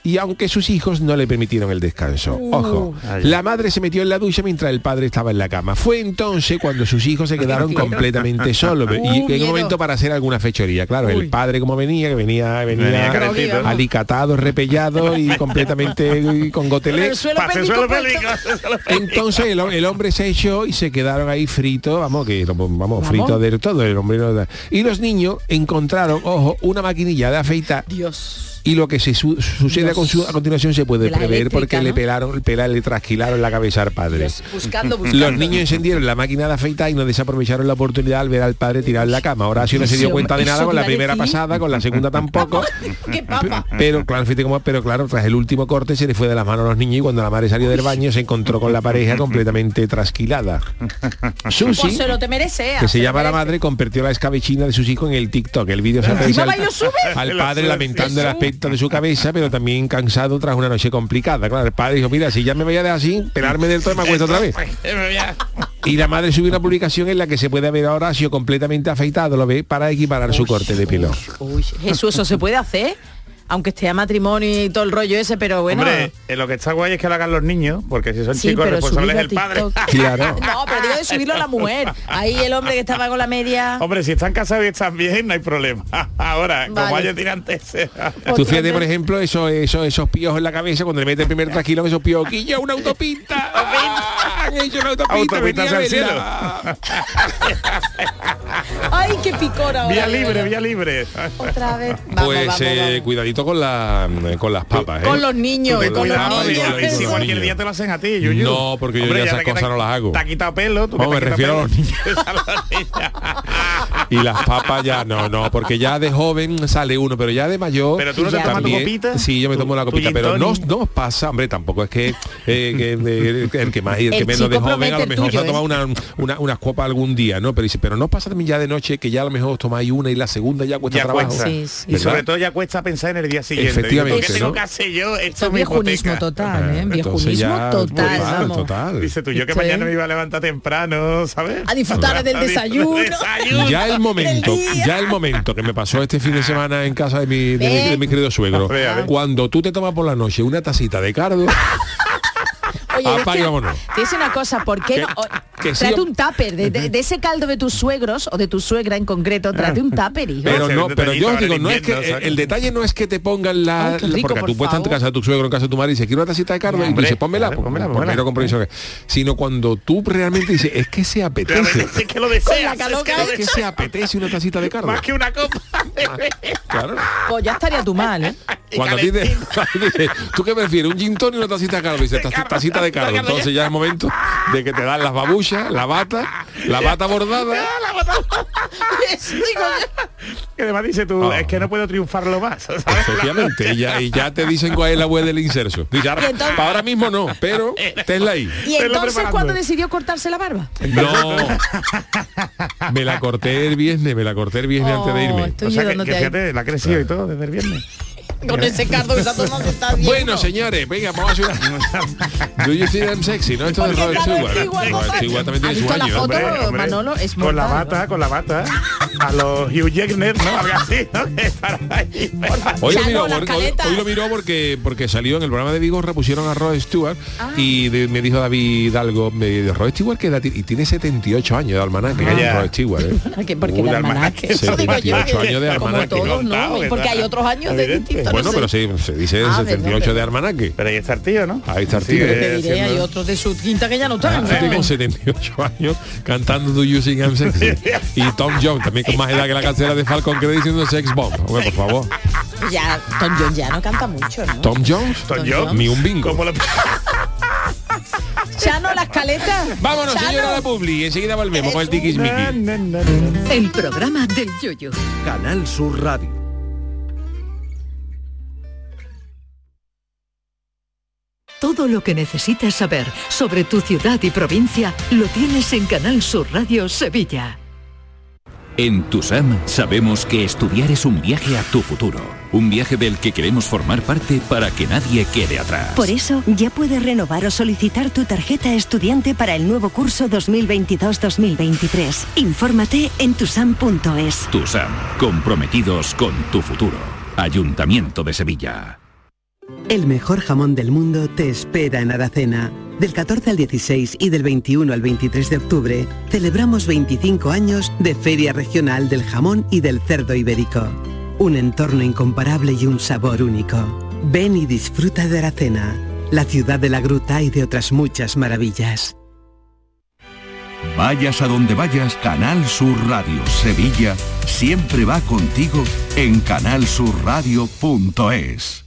Speaker 5: Y aunque sus hijos no le permitieron el descanso. Ojo,
Speaker 9: Ay.
Speaker 5: la madre se metió en la ducha mientras el padre estaba en la cama. Fue entonces cuando sus hijos se quedaron completamente solos.
Speaker 9: Uh,
Speaker 5: y en
Speaker 9: miedo.
Speaker 5: un momento para hacer alguna fechoría. Claro, el padre como venía, que venía, venía,
Speaker 9: Venía calentito, ¿no?
Speaker 5: alicatado, repellado y completamente eh, con gotelé.
Speaker 9: Pase suelo pélvico, pase suelo pélvico.
Speaker 5: Entonces el, hom- el hombre se echó y se quedaron ahí fritos, vamos, que lo- vamos, frito del todo, el hombre no da- Y los niños encontraron, ojo, una maquinilla de afeitar.
Speaker 8: Dios.
Speaker 5: Y lo que se su- suceda
Speaker 8: Dios.
Speaker 5: con su, a continuación se puede
Speaker 8: De la
Speaker 5: prever
Speaker 8: eléctrica,
Speaker 5: porque le
Speaker 8: ¿no?
Speaker 5: pelaron, pela- le trasquilaron la cabeza al padre.
Speaker 8: Dios, buscando, buscando.
Speaker 5: Los niños encendieron la máquina de afeitar y no desaprovecharon la oportunidad al ver al padre tirado en la cama. Horacio no se dio
Speaker 8: Eso-
Speaker 5: cuenta de
Speaker 8: eso
Speaker 5: nada con
Speaker 8: te
Speaker 5: la
Speaker 8: iba a
Speaker 5: primera
Speaker 8: decir.
Speaker 5: pasada, con la segunda tampoco.
Speaker 8: ¡Qué papa!
Speaker 5: Pero claro, fíjate cómo- pero claro, tras el último corte se le fue de las manos a los niños y cuando la madre salió del baño se encontró con la pareja completamente trasquilada.
Speaker 8: Pues
Speaker 5: Susi,
Speaker 8: se lo te merece, ¿eh?
Speaker 5: que se
Speaker 8: lo
Speaker 5: llama la
Speaker 8: merece.
Speaker 5: madre, convirtió la escabechina de sus hijos en el TikTok. El vídeo se
Speaker 8: Encima
Speaker 5: aprecia
Speaker 8: va y lo sube.
Speaker 5: al,
Speaker 8: Lo
Speaker 5: al padre
Speaker 8: sube,
Speaker 5: lamentando
Speaker 8: lo
Speaker 5: el
Speaker 8: sube.
Speaker 5: aspecto de su cabeza, pero también cansado tras una noche complicada. Claro, el padre dijo, mira, si ya me voy a dejar así, pelarme del todo me acuesto otra vez. Y la madre subió una publicación en la que se puede ver a Horacio completamente afeitado, lo ve, para equiparar su corte de pelo.
Speaker 8: Uy, Jesús, eso se puede hacer, aunque esté a matrimonio y todo el rollo ese, pero bueno.
Speaker 9: Hombre, eh, lo que está guay es que lo hagan los niños, porque si son
Speaker 8: Sí,
Speaker 9: chicos
Speaker 8: pero
Speaker 9: responsables es el
Speaker 8: subirlo a
Speaker 9: padre.
Speaker 5: Claro.
Speaker 8: No, pero digo de subirlo a la mujer. Ahí el hombre que estaba con la media.
Speaker 9: Hombre, si están casados y están bien, no hay problema. Ahora, como
Speaker 8: Vale.
Speaker 9: haya tirantes.
Speaker 5: Tú fíjate, por ejemplo, eso, eso, esos píos en la cabeza, cuando le mete el primer trasquilón, esos píos, quilla una autopista. Ah, Han hecho una autopista.
Speaker 9: Autopista
Speaker 5: venía
Speaker 9: hacia el
Speaker 5: Belén.
Speaker 9: cielo.
Speaker 8: ¡Ay, qué picor ahora! Ah,
Speaker 9: Vía libre, vía libre.
Speaker 8: Otra vez.
Speaker 5: Pues eh, cuidadito
Speaker 9: cuidadito con, la, con las papas, ¿eh?
Speaker 8: Con los niños,
Speaker 9: Con
Speaker 8: con los
Speaker 9: las papas y
Speaker 8: niños.
Speaker 9: con los
Speaker 2: Si
Speaker 9: niños.
Speaker 2: cualquier día te lo hacen a ti, Yuyu.
Speaker 9: No, porque yo ya
Speaker 2: te
Speaker 9: esas
Speaker 2: quita-
Speaker 9: cosas no las hago.
Speaker 2: Te ha quitado pelo, tú que
Speaker 9: No,
Speaker 2: te
Speaker 9: me
Speaker 2: has quitado
Speaker 9: refiero a los
Speaker 2: pelo.
Speaker 9: niños. Y las papas ya, no, no, porque ya de joven sale uno, pero ya de mayor.
Speaker 2: Pero tú no te tomas tu
Speaker 9: también-
Speaker 2: copita,
Speaker 9: Sí, yo me tomo la copita,
Speaker 2: gin
Speaker 9: pero no,
Speaker 2: tonic.
Speaker 9: no os pasa, hombre, tampoco es que, eh, que- eh, el que más y el,
Speaker 2: El
Speaker 9: que menos de
Speaker 2: chico
Speaker 9: joven a
Speaker 2: promete
Speaker 9: lo
Speaker 2: el
Speaker 9: mejor se
Speaker 2: tuyo,
Speaker 9: ha tomado
Speaker 2: ¿eh?
Speaker 9: una, una- unas copas algún día, ¿no? Pero dice, pero no pasa también ya de noche que ya a lo mejor os tomáis una y la segunda ya cuesta
Speaker 2: Ya
Speaker 9: trabajo.
Speaker 2: cuesta. Y
Speaker 9: ¿Verdad?
Speaker 2: sobre todo ya cuesta pensar en el día siguiente. Digo,
Speaker 9: Efectivamente,
Speaker 2: ¿Qué tengo
Speaker 9: ¿no? Ah,
Speaker 2: que hacer yo? Esto
Speaker 8: Esto
Speaker 2: es
Speaker 8: es
Speaker 2: mi
Speaker 8: viejunismo
Speaker 2: hipoteca.
Speaker 8: total, ¿eh?
Speaker 9: entonces
Speaker 8: Viejunismo
Speaker 9: ya-
Speaker 8: total, vamos.
Speaker 9: total.
Speaker 2: Dice tú, yo que
Speaker 8: Esto
Speaker 2: mañana
Speaker 8: es-
Speaker 2: me iba a levantar temprano, ¿sabes?
Speaker 8: A disfrutar del
Speaker 2: A disfrutar
Speaker 8: desayuno.
Speaker 2: del desayuno.
Speaker 9: Ya el momento, ya el momento que me pasó este fin de semana en casa de mi, de mi-
Speaker 8: ¿Eh?
Speaker 9: de mi querido suegro. Cuando tú te tomas por la noche una tacita de cardo,
Speaker 8: Oye, es
Speaker 9: Apaga,
Speaker 8: que-
Speaker 9: vámonos.
Speaker 8: te dice una cosa, ¿por qué
Speaker 9: Que-
Speaker 8: no? o-
Speaker 9: que sí,
Speaker 8: trate
Speaker 9: o-
Speaker 8: un tupper de, de- de ese caldo de tus suegros o de tu suegra en concreto, trate
Speaker 5: Ah.
Speaker 8: un tupper, hijo.
Speaker 9: pero no, pero yo os
Speaker 2: ahora
Speaker 9: digo,
Speaker 2: en
Speaker 9: no es que
Speaker 2: invierno,
Speaker 9: el,
Speaker 2: ¿sabes?
Speaker 9: el detalle no es que te pongan la,
Speaker 2: Ay, qué
Speaker 9: la-
Speaker 2: rico,
Speaker 9: porque
Speaker 2: por
Speaker 9: tú puedes estar en casa de tu suegro, en casa de tu madre y dices, quiero una tacita de cardo y tú
Speaker 2: Hombre,
Speaker 9: dices, pónmela,
Speaker 2: claro, pónmela,
Speaker 9: por- por
Speaker 2: pónmela.
Speaker 9: mero compromiso que- sino cuando tú realmente dices, es que se apetece.
Speaker 2: Es que lo deseas.
Speaker 8: Con la calor
Speaker 2: es que,
Speaker 8: que
Speaker 2: lo
Speaker 8: hay.
Speaker 9: que
Speaker 2: deseas.
Speaker 9: se apetece una tacita de cardo.
Speaker 2: Más que una copa.
Speaker 9: Claro.
Speaker 8: Pues ya estaría tu mal, ¿eh?
Speaker 9: Cuando a ti te, dices, ¿tú qué prefieres? ¿Un gin tonic o una tacita de cardo? Dices, "Taci- tacita de cardo. Entonces ya es momento de que te dan las babuchas, la bata, la bata bordada.
Speaker 2: Que además dice tú,
Speaker 9: Ah.
Speaker 2: es que no puedo triunfarlo más. ¿sabes?
Speaker 9: Efectivamente, y ya, y ya te dicen cuál es la web del inserso. Dice, ahora,
Speaker 8: Y entonces-
Speaker 9: para ahora mismo no, pero tenla ahí.
Speaker 8: Y entonces cuando decidió cortarse la barba.
Speaker 9: No. Me la corté el viernes, me la corté el viernes
Speaker 8: Oh,
Speaker 9: antes de irme.
Speaker 8: estoy O sea, que- ayudándote que ahí. fíjate,
Speaker 2: la ha crecido y todo desde el viernes.
Speaker 8: Con ese caldo que se ha tomado que está bien.
Speaker 9: Bueno, señores, venga, vamos a ayudar. Do you see them sexy? ¿No? Esto es
Speaker 8: Porque
Speaker 9: Robert
Speaker 8: claro,
Speaker 9: Stewart.
Speaker 8: es igual,
Speaker 9: Robert
Speaker 8: papá.
Speaker 9: Stewart también
Speaker 8: ¿Has
Speaker 9: tiene su
Speaker 8: visto la
Speaker 9: año.
Speaker 8: foto?
Speaker 9: hombre.
Speaker 8: Pero Manolo es
Speaker 2: con la
Speaker 8: mortal,
Speaker 2: bata, con la bata. A los Hugh Jackner, ¿no? Algo así, ¿no? Que estará ahí.
Speaker 9: Hoy lo,
Speaker 2: Ya
Speaker 9: miró,
Speaker 2: no, las
Speaker 9: porque- hoy-
Speaker 2: caletas.
Speaker 9: hoy lo miró porque porque salió en el programa de Vigo, repusieron a Rod Stewart
Speaker 8: Ah.
Speaker 9: y de- me dijo David algo, me dijo, Rod Stewart que edad tiene?" y tiene 78 años de almanaque,
Speaker 2: Ah. Ya.
Speaker 9: Rod Stewart. ¿eh?
Speaker 8: Porque, porque
Speaker 9: Uy,
Speaker 8: el
Speaker 9: de
Speaker 8: almanaque.
Speaker 9: almanaque.
Speaker 8: Eso digo yo,
Speaker 9: 78 años de
Speaker 8: como
Speaker 9: almanaque.
Speaker 8: todos, ¿no?
Speaker 9: Contado,
Speaker 8: Porque hay
Speaker 9: ¿verdad?
Speaker 8: otros años de
Speaker 9: Evidente.
Speaker 8: distintos.
Speaker 9: Bueno,
Speaker 8: no sé.
Speaker 9: pero sí, se dice
Speaker 8: Ah,
Speaker 9: 78
Speaker 8: verdad,
Speaker 9: de almanaque.
Speaker 2: Pero ahí está el tío, ¿no?
Speaker 9: Ahí está el tío. Ah,
Speaker 8: Te diré, hay otros de su quinta que ya no están. ¿no?
Speaker 9: Gente con 78 años cantando Do You Think I'm Sexy y Tom Jones también con más edad que la cartera de Falcon Crest diciendo Sex Bomb Hombre, por favor
Speaker 8: Ya, Tom Jones ya no canta mucho, ¿no?
Speaker 9: Tom Jones
Speaker 8: Tom Jones.
Speaker 9: ni un bingo
Speaker 8: Chano, las caletas.
Speaker 9: vámonos
Speaker 8: Chano.
Speaker 9: señora la publi enseguida volvemos con el tiquismiqui
Speaker 16: El programa del Yoyo.
Speaker 17: Canal Sur Radio.
Speaker 16: Todo lo que necesitas saber sobre tu ciudad y provincia lo tienes en Canal Sur Radio Sevilla.
Speaker 18: En TUSAM sabemos que estudiar es un viaje a tu futuro, un viaje del que queremos formar parte para que nadie quede atrás.
Speaker 19: Por eso, ya puedes renovar o solicitar tu tarjeta estudiante para el nuevo curso 2022-2023. Infórmate en tusam.es.
Speaker 18: TUSAM, comprometidos con tu futuro. Ayuntamiento de Sevilla.
Speaker 20: El mejor jamón del mundo te espera en Aracena. Del 14 al 16 y del 21 al 23 de octubre celebramos 25 años de Feria Regional del Jamón y del Cerdo Ibérico. Un entorno incomparable y un sabor único. Ven y disfruta de Aracena, la ciudad de la gruta y de otras muchas maravillas.
Speaker 1: Vayas a donde vayas, Canal Sur Radio Sevilla siempre va contigo en canalsurradio.es.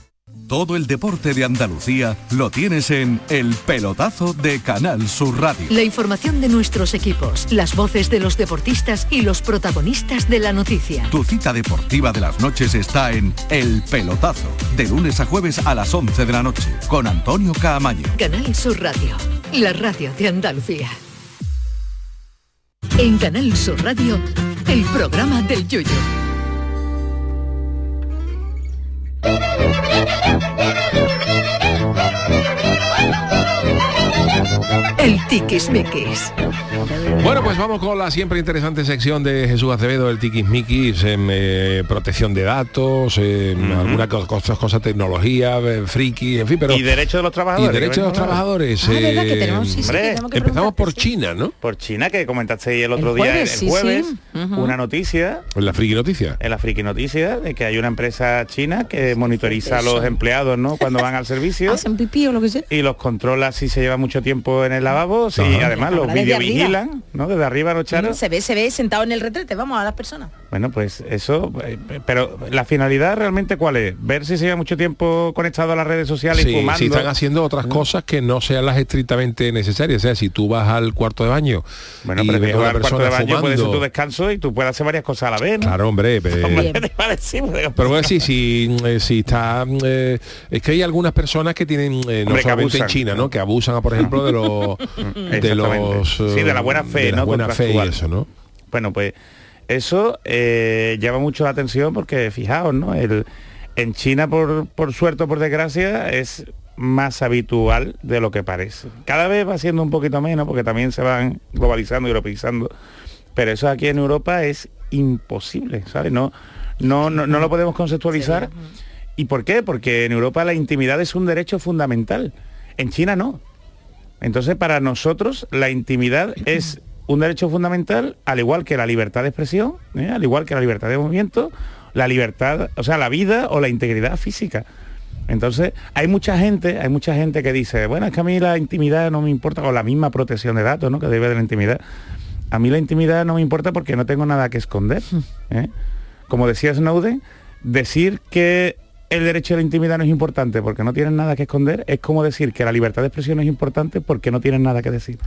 Speaker 1: Todo el deporte de Andalucía lo tienes en El Pelotazo de Canal Sur Radio.
Speaker 16: La información de nuestros equipos, las voces de los deportistas y los protagonistas de la noticia.
Speaker 1: Tu cita deportiva de las noches está en El Pelotazo, de lunes a jueves a las 11 de la noche, con Antonio Caamaño.
Speaker 16: Canal Sur Radio, la radio de Andalucía. En Canal Sur Radio, el programa del Yoyo.
Speaker 13: El tiquismiquis.
Speaker 5: Bueno, pues vamos con la siempre interesante sección de Jesús Acevedo, el tiquismiquis, en
Speaker 9: em,
Speaker 5: eh, protección de datos, en algunas co- cosas, cosas, tecnología, eh, friki, en fin, pero...
Speaker 9: Y derechos de los trabajadores,
Speaker 5: Y derechos de los
Speaker 9: que venimos hablando.
Speaker 5: trabajadores.
Speaker 9: Ah, verdad que tenemos, sí, sí, que
Speaker 5: hombre,
Speaker 9: tenemos que
Speaker 5: empezamos por China, ¿no?
Speaker 9: Por China, que comentasteis el otro día, el-
Speaker 5: jueves,
Speaker 9: el,
Speaker 5: sí,
Speaker 9: jueves,
Speaker 5: sí. Ujú.
Speaker 9: una noticia
Speaker 5: En la friki noticia.
Speaker 9: en la friki noticia de que hay una empresa china que monitoriza a
Speaker 8: Eso.
Speaker 9: los empleados, ¿no? Cuando van al servicio.
Speaker 8: Hacen pipí o lo que sea.
Speaker 9: y los controla si se lleva mucho tiempo en el lavabo y
Speaker 8: Ajá.
Speaker 9: además los
Speaker 8: Ahora desde
Speaker 9: videovigilan, ¿no? Desde arriba, ¿no, Charo?
Speaker 8: Se ve, se ve sentado en el retrete, vamos a las personas.
Speaker 9: Bueno, pues eso, eh, pero la finalidad realmente cuál es? Ver si se lleva mucho tiempo conectado a las redes sociales y
Speaker 5: Sí,
Speaker 9: fumando.
Speaker 5: si están haciendo otras cosas que no sean las estrictamente necesarias. O sea, si tú vas al cuarto de baño
Speaker 9: bueno,
Speaker 5: y
Speaker 9: pero
Speaker 5: ves
Speaker 9: te
Speaker 5: a una
Speaker 9: juegas al cuarto
Speaker 5: persona
Speaker 9: de baño, puede ser tu
Speaker 5: fumando...
Speaker 9: descanso y tú puedes hacer varias cosas a la vez. ¿no?
Speaker 5: Claro, eh. hombre, pe-
Speaker 9: Hombre, te va a decir, porque-
Speaker 5: Pero bueno, sí, si, eh, si está... eh, es que hay algunas personas que tienen, eh, no
Speaker 9: Hombre, que
Speaker 5: solamente en
Speaker 9: abusan.
Speaker 5: China, ¿no? Que abusan, por ejemplo, de los... de los...
Speaker 9: Exactamente. Sí, de la buena fe,
Speaker 5: de la
Speaker 9: ¿no?
Speaker 5: buena fe y
Speaker 9: Contractual.
Speaker 5: eso, ¿no?
Speaker 9: Bueno, pues eso eh, llama mucho la atención porque fijaos, ¿no? El, en China, por, por suerte o por desgracia, es más habitual de lo que parece. Cada vez va siendo un poquito menos porque también se van globalizando y europeizando. Pero eso aquí en Europa es imposible, ¿sabes? No, no, no, no lo podemos conceptualizar. ¿Y por qué? Porque en Europa la intimidad es un derecho fundamental. En China no. Entonces, para nosotros, la intimidad es un derecho fundamental, al igual que la libertad de expresión, ¿eh? al igual que la libertad de movimiento, la libertad, o sea, la vida o la integridad física. Entonces, hay mucha gente, hay mucha gente que dice, bueno, es que a mí la intimidad no me importa, o la misma protección de datos, ¿no? Que debe de la intimidad. A mí la intimidad no me importa porque no tengo nada que esconder. ¿eh? Como decía Snowden, decir que el derecho a la intimidad no es importante porque no tienen nada que esconder es como decir que la libertad de expresión no es importante porque no tienen nada que decir.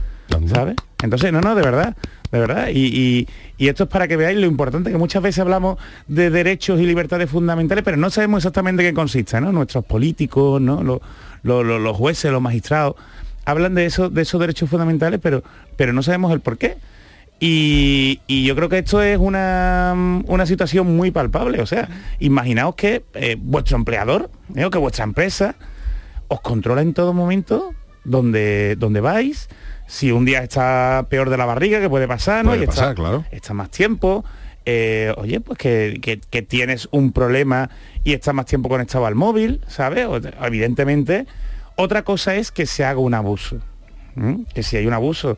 Speaker 9: ¿Sabes? Entonces, no, no, de verdad, de verdad. Y, y- y esto es para que veáis lo importante que muchas veces hablamos de derechos y libertades fundamentales, pero no sabemos exactamente qué consiste, ¿no? Nuestros políticos, ¿no? Los, los- los- los jueces, los magistrados, hablan de, eso, de esos derechos fundamentales, pero, pero no sabemos el por qué. Y, y yo creo que esto es una, una situación muy palpable. O sea, imaginaos que eh, vuestro empleador, eh, o que vuestra empresa, os controla en todo momento donde, donde vais. Si un día está peor de la barriga, que puede pasar, ¿no?
Speaker 5: Puede
Speaker 9: Y está-
Speaker 5: pasar, claro.
Speaker 9: está más tiempo. eh, oye, pues que, que- que tienes un problema y estás más tiempo conectado al móvil, ¿sabes? O- evidentemente. Otra cosa es que se haga un abuso. ¿m? Que si hay un abuso,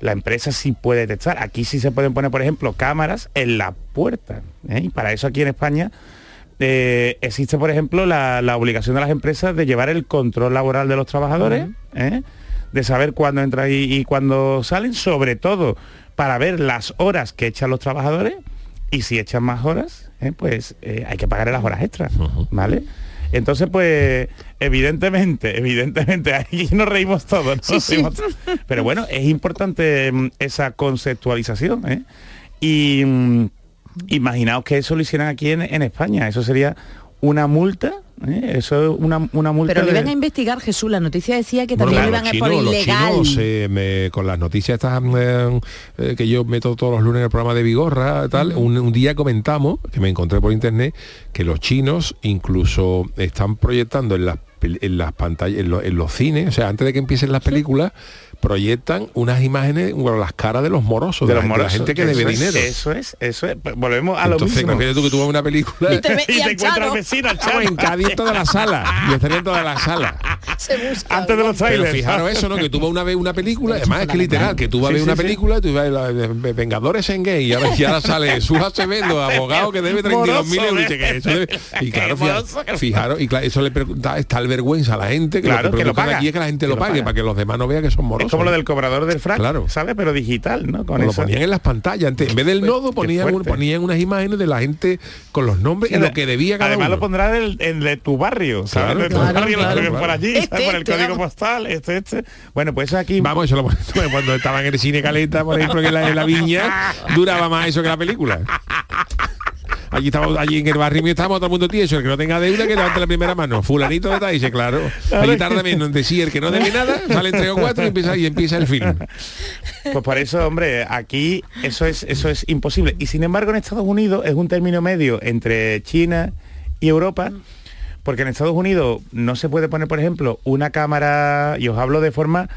Speaker 9: la empresa sí puede detectar. Aquí sí se pueden poner, por ejemplo, cámaras en la puerta. ¿eh? Y para eso aquí en España eh, existe, por ejemplo, la, la obligación de las empresas de llevar el control laboral de los trabajadores, ¿eh? de saber cuándo entran y, y cuándo salen, sobre todo para ver las horas que echan los trabajadores y si echan más horas, ¿eh? pues eh, hay que pagar las horas extras, ¿vale? Entonces, pues, evidentemente, evidentemente, ahí nos reímos todos, ¿no?
Speaker 8: Sí, sí.
Speaker 9: Reímos todos. Pero bueno, es importante mm, esa conceptualización, ¿eh? Y mm, imaginaos que eso lo hicieran aquí en, en España. Eso sería una multa, ¿eh? Eso es una, una multa
Speaker 8: Pero lo
Speaker 9: de-
Speaker 8: iban a investigar, Jesús, la noticia decía que
Speaker 5: Bueno,
Speaker 8: también
Speaker 5: claro,
Speaker 8: lo iban a por
Speaker 5: los
Speaker 8: ilegal.
Speaker 5: chinos, eh, me- con las noticias estas eh, eh, que yo meto todos los lunes en el programa de Vigorra, tal, un, un día comentamos, que me encontré por internet, que los chinos incluso están proyectando en las pel- en las pantallas, en, lo- en los cines, o sea, antes de que empiecen las películas, proyectan eh, unas imágenes, bueno, las caras de los morosos, de,
Speaker 9: de
Speaker 5: la,
Speaker 9: los
Speaker 5: de la
Speaker 9: morosos.
Speaker 5: gente que debe
Speaker 9: Eso es,
Speaker 5: dinero.
Speaker 9: Eso es, eso es. Pues Volvemos a lo
Speaker 5: Entonces,
Speaker 9: mismo.
Speaker 5: imagínate tú que tú vas a una película
Speaker 9: Y te ve- y al Charo.
Speaker 5: Estamos hincaditos de la sala, y estarían toda la sala.
Speaker 9: Antes de
Speaker 5: Pero
Speaker 9: los trailers.
Speaker 5: fijaros eso, ¿no? Que tú vas una vez una película, además es que literal, que tú vas a
Speaker 9: Sí,
Speaker 5: ver
Speaker 9: sí,
Speaker 5: una
Speaker 9: sí.
Speaker 5: película, tú vas a ver la de- de Vengadores en gay y ahora, y ahora sale su Acevedo, abogado que debe 32.000 euros. y que eso debe- y claro, fija- fijaros, y claro, eso le pregunta- da está vergüenza a la gente, que
Speaker 9: Claro,
Speaker 5: lo que,
Speaker 9: que lo
Speaker 5: provocan
Speaker 9: paga.
Speaker 5: aquí es que la gente
Speaker 9: Que
Speaker 5: lo
Speaker 9: lo
Speaker 5: pague,
Speaker 9: paga.
Speaker 5: para que los demás no vean que son morosos.
Speaker 9: Es como lo del cobrador del frac,
Speaker 5: Claro.
Speaker 9: ¿sabes? Pero digital, ¿no? Con
Speaker 5: Como lo
Speaker 9: eso.
Speaker 5: ponían en las pantallas, antes, en vez del nodo ponían, un-
Speaker 9: fuerte.
Speaker 5: ponían unas imágenes de la gente con los nombres y lo que debía cada
Speaker 9: Además
Speaker 5: uno.
Speaker 9: lo pondrá el, el de tu barrio, ¿sabes?
Speaker 5: Claro,
Speaker 9: de tu
Speaker 5: claro,
Speaker 9: barrio, lo
Speaker 5: claro,
Speaker 9: que
Speaker 5: claro.
Speaker 9: por allí,
Speaker 5: Este,
Speaker 9: ¿sabes? por el
Speaker 5: este,
Speaker 9: código
Speaker 5: vamos.
Speaker 9: postal, este, este. Bueno, pues aquí...
Speaker 5: Vamos, eso lo ponen cuando estaban en el cine Caleta, por ejemplo, que en la, en la viña duraba más eso que la película. Allí estamos, allí en el barrio mío estábamos todo el mundo tieso, el que no tenga deuda que levante la primera mano. Fulanito de tal, dice, claro. Allí tarda menos en decir el que no debe nada, sale entre o cuatro y empieza, y empieza el film.
Speaker 9: Pues por eso, hombre, aquí eso es, eso es imposible. Y sin embargo en Estados Unidos es un término medio entre China y Europa, porque en Estados Unidos no se puede poner, por ejemplo, una cámara, y os hablo de forma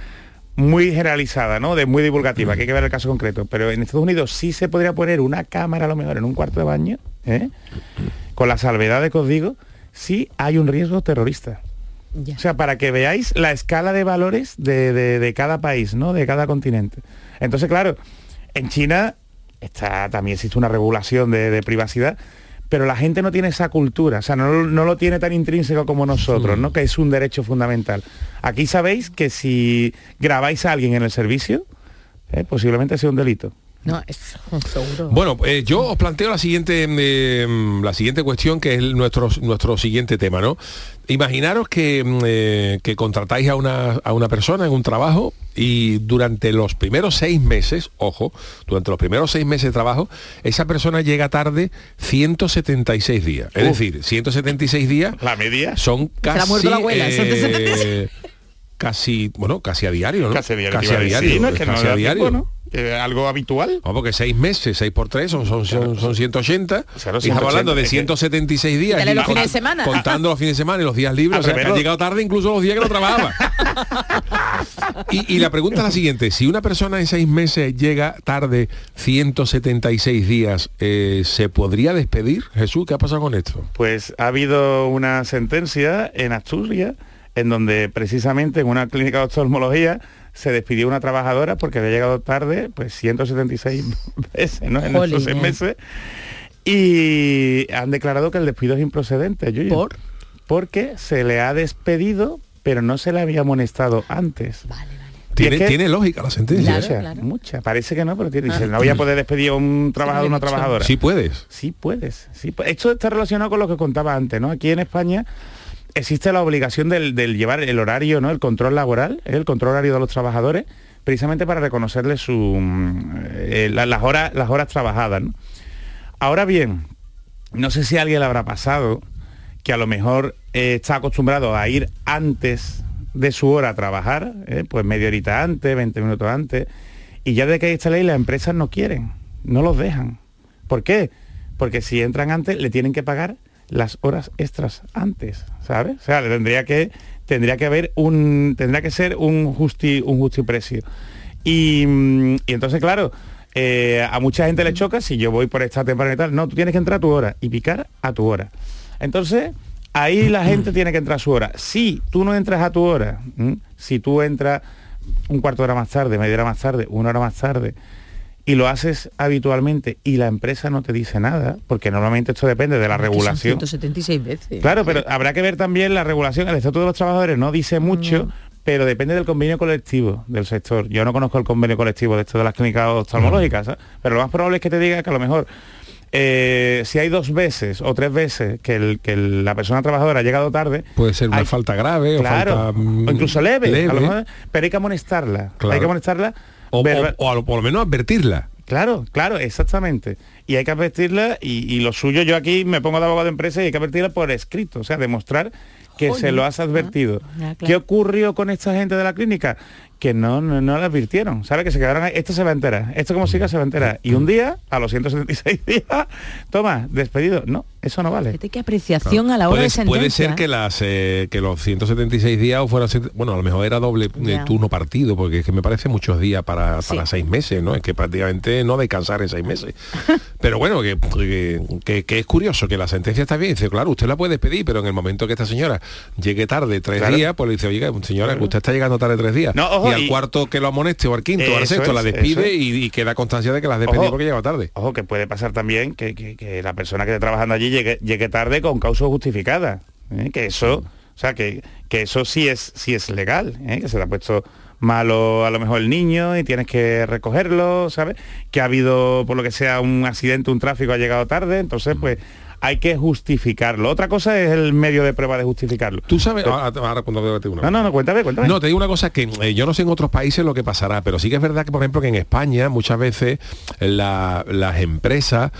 Speaker 9: muy generalizada, ¿no? De muy divulgativa, que hay que ver el caso concreto. Pero en Estados Unidos sí se podría poner una cámara a lo mejor en un cuarto de baño, ¿eh? con la salvedad de que os digo, sí hay un riesgo terrorista. O sea, para que veáis la escala de valores de, de- de cada país, ¿no? De cada continente. Entonces, claro, en China está, también existe una regulación de, de privacidad, pero la gente no tiene esa cultura, o sea, no, no lo tiene tan intrínseco como nosotros, ¿no? Que es un derecho fundamental. Aquí sabéis que si grabáis a alguien en el servicio, eh, posiblemente sea un delito.
Speaker 21: No, es seguro.
Speaker 5: Bueno, eh, yo os planteo la siguiente, eh, la siguiente cuestión, que es el- nuestro, nuestro siguiente tema, ¿no? Imaginaros que, mm, eh, que contratáis a una, a una persona en un trabajo y durante los primeros seis meses, ojo, durante los primeros seis meses de trabajo, esa persona llega tarde 176 días. Es
Speaker 9: Uf.
Speaker 5: decir, 176 días...
Speaker 9: La media.
Speaker 5: Son
Speaker 9: la ha
Speaker 5: casi...
Speaker 9: muerto la abuela,
Speaker 5: eh,
Speaker 9: 176.
Speaker 5: Casi, bueno, casi a diario, ¿no?
Speaker 9: Casi a diario,
Speaker 5: Casi
Speaker 9: te
Speaker 5: a
Speaker 9: iba a decir,
Speaker 5: diario.
Speaker 9: ¿no? Es que no
Speaker 5: casi
Speaker 9: da
Speaker 5: a diario.
Speaker 9: tiempo, ¿no? Eh, algo habitual.
Speaker 5: No, porque seis meses, seis por tres, son, son, son, son 180. y
Speaker 9: 180,
Speaker 5: estamos hablando de
Speaker 9: es que-
Speaker 5: 176 días.
Speaker 9: Quítale
Speaker 5: y
Speaker 9: los fines de
Speaker 21: semana.
Speaker 5: Contando los fines de semana y los días libres.
Speaker 9: Al
Speaker 5: O sea, que
Speaker 9: revés.
Speaker 5: ha llegado tarde incluso los días que no trabajaba. y, y la pregunta es la siguiente. Si una persona en seis meses llega tarde 176 días, eh, ¿se podría despedir? Jesús, ¿qué ha pasado con esto?
Speaker 9: Pues ha habido una sentencia en Asturias en donde precisamente en una clínica de oftalmología se despidió una trabajadora porque había llegado tarde, pues 176 veces, ¿no? En esos seis
Speaker 21: Jolín, eh.
Speaker 9: meses. Y han declarado que el despido es improcedente, Yuyu. ¿Por? Porque se le ha despedido, pero no se le había amonestado antes. Vale, vale.
Speaker 5: Tiene, tiene lógica la sentencia.
Speaker 8: Ah,
Speaker 5: ¿eh?
Speaker 9: Mucha. Parece que no, pero tiene. Dice,
Speaker 5: Ah.
Speaker 9: no voy a poder despedir a un trabajador, una trabajadora.
Speaker 5: Sí puedes.
Speaker 9: Sí puedes. Sí, pu- esto está relacionado con lo que contaba antes, ¿no? Aquí en España existe la obligación del, del llevar el horario, ¿no? El control laboral, el control horario de los trabajadores, precisamente para reconocerles su, mm, eh, la- las, horas, las horas trabajadas, ¿no? Ahora bien, no sé si a alguien le habrá pasado que a lo mejor eh, está acostumbrado a ir antes de su hora a trabajar, ¿eh? pues media horita antes, 20 minutos antes, y ya de que hay esta ley las empresas no quieren, no los dejan. ¿Por qué? Porque si entran antes le tienen que pagar las horas extras antes, ¿sabes? O sea, le tendría que tendría que haber un tendría que ser un justi un justiprecio. Y, mm, y entonces claro, eh, a mucha gente le choca si yo voy por esta temprana y tal, no, tú tienes que entrar a tu hora y picar a tu hora. Entonces, ahí la gente tiene que entrar a su hora. Si tú no entras a tu hora, ¿m? si tú entras un cuarto de hora más tarde, media hora más tarde, una hora más tarde, y lo haces habitualmente y la empresa no te dice nada, porque normalmente esto depende de la regulación.
Speaker 21: 176 veces.
Speaker 9: Claro, pero habrá que ver también la regulación. El Estatuto de los Trabajadores no dice mucho, pero depende del convenio colectivo del sector. Yo no conozco el convenio colectivo de esto de las clínicas oftalmológicas, ¿sabes? pero lo más probable es que te diga que a lo mejor eh, si hay dos veces o tres veces que, el- que el- la persona trabajadora ha llegado tarde...
Speaker 5: Puede ser una
Speaker 9: hay-
Speaker 5: falta grave o
Speaker 9: Claro,
Speaker 5: falta, mm,
Speaker 9: o incluso leve, a lo
Speaker 5: leve.
Speaker 9: mejor, pero hay que amonestarla.
Speaker 5: Claro.
Speaker 9: Hay que amonestarla.
Speaker 5: O- o-
Speaker 9: verba-
Speaker 5: o a lo- por lo menos advertirla.
Speaker 9: Claro, claro, exactamente. Y hay que advertirla, y, y lo suyo, yo aquí me pongo de abogado de empresa y hay que advertirla por escrito, o sea, demostrar que
Speaker 21: Jolín.
Speaker 9: se lo has advertido.
Speaker 21: Ah, claro.
Speaker 9: ¿Qué ocurrió con esta gente de la clínica? Que no, no, no la advirtieron, ¿sabe? Que se quedaron ahí, esto se va a enterar, esto como siga se va a enterar. Y un día, a los 176 días, toma, despedido. No, eso no vale.
Speaker 21: ¿Qué apreciación a la hora
Speaker 5: puede,
Speaker 21: de sentencia?
Speaker 5: puede ser que las eh, que los 176 días fueran sent- bueno a lo mejor era doble eh,
Speaker 21: Ya.
Speaker 5: turno partido porque es que me parece muchos días para,
Speaker 21: Sí.
Speaker 5: para seis meses no es que prácticamente no descansar en seis meses pero bueno que, que, que- que es curioso que la sentencia está bien dice claro usted la puede pedir pero en el momento que esta señora llegue tarde tres
Speaker 9: Claro.
Speaker 5: días pues le dice oiga señora que usted está llegando tarde tres días
Speaker 9: No, ojo,
Speaker 5: y al
Speaker 9: y-
Speaker 5: cuarto que lo amoneste o al quinto o al
Speaker 9: Eso
Speaker 5: sexto la
Speaker 9: es, eso
Speaker 5: despide
Speaker 9: es.
Speaker 5: y, y queda constancia de que la despedido porque llega tarde
Speaker 9: Ojo, que puede pasar también que, que- que la persona que está trabajando allí llegue, llegue tarde con causa justificada. ¿eh? Que eso, o sea, que, que eso sí es, sí es legal, ¿eh? que se le ha puesto malo a lo mejor el niño y tienes que recogerlo, ¿sabes? Que ha habido, por lo que sea, un accidente, un tráfico, ha llegado tarde,
Speaker 5: Mm.
Speaker 9: entonces pues hay que justificarlo. Otra cosa es el medio de prueba de justificarlo.
Speaker 5: Tú sabes, ahora, ahora cuando debate una.
Speaker 9: No, no, no, cuéntame, cuéntame.
Speaker 5: No, te digo una cosa que eh, yo no sé en otros países lo que pasará, pero sí que es verdad que, por ejemplo, que en España muchas veces la- las empresas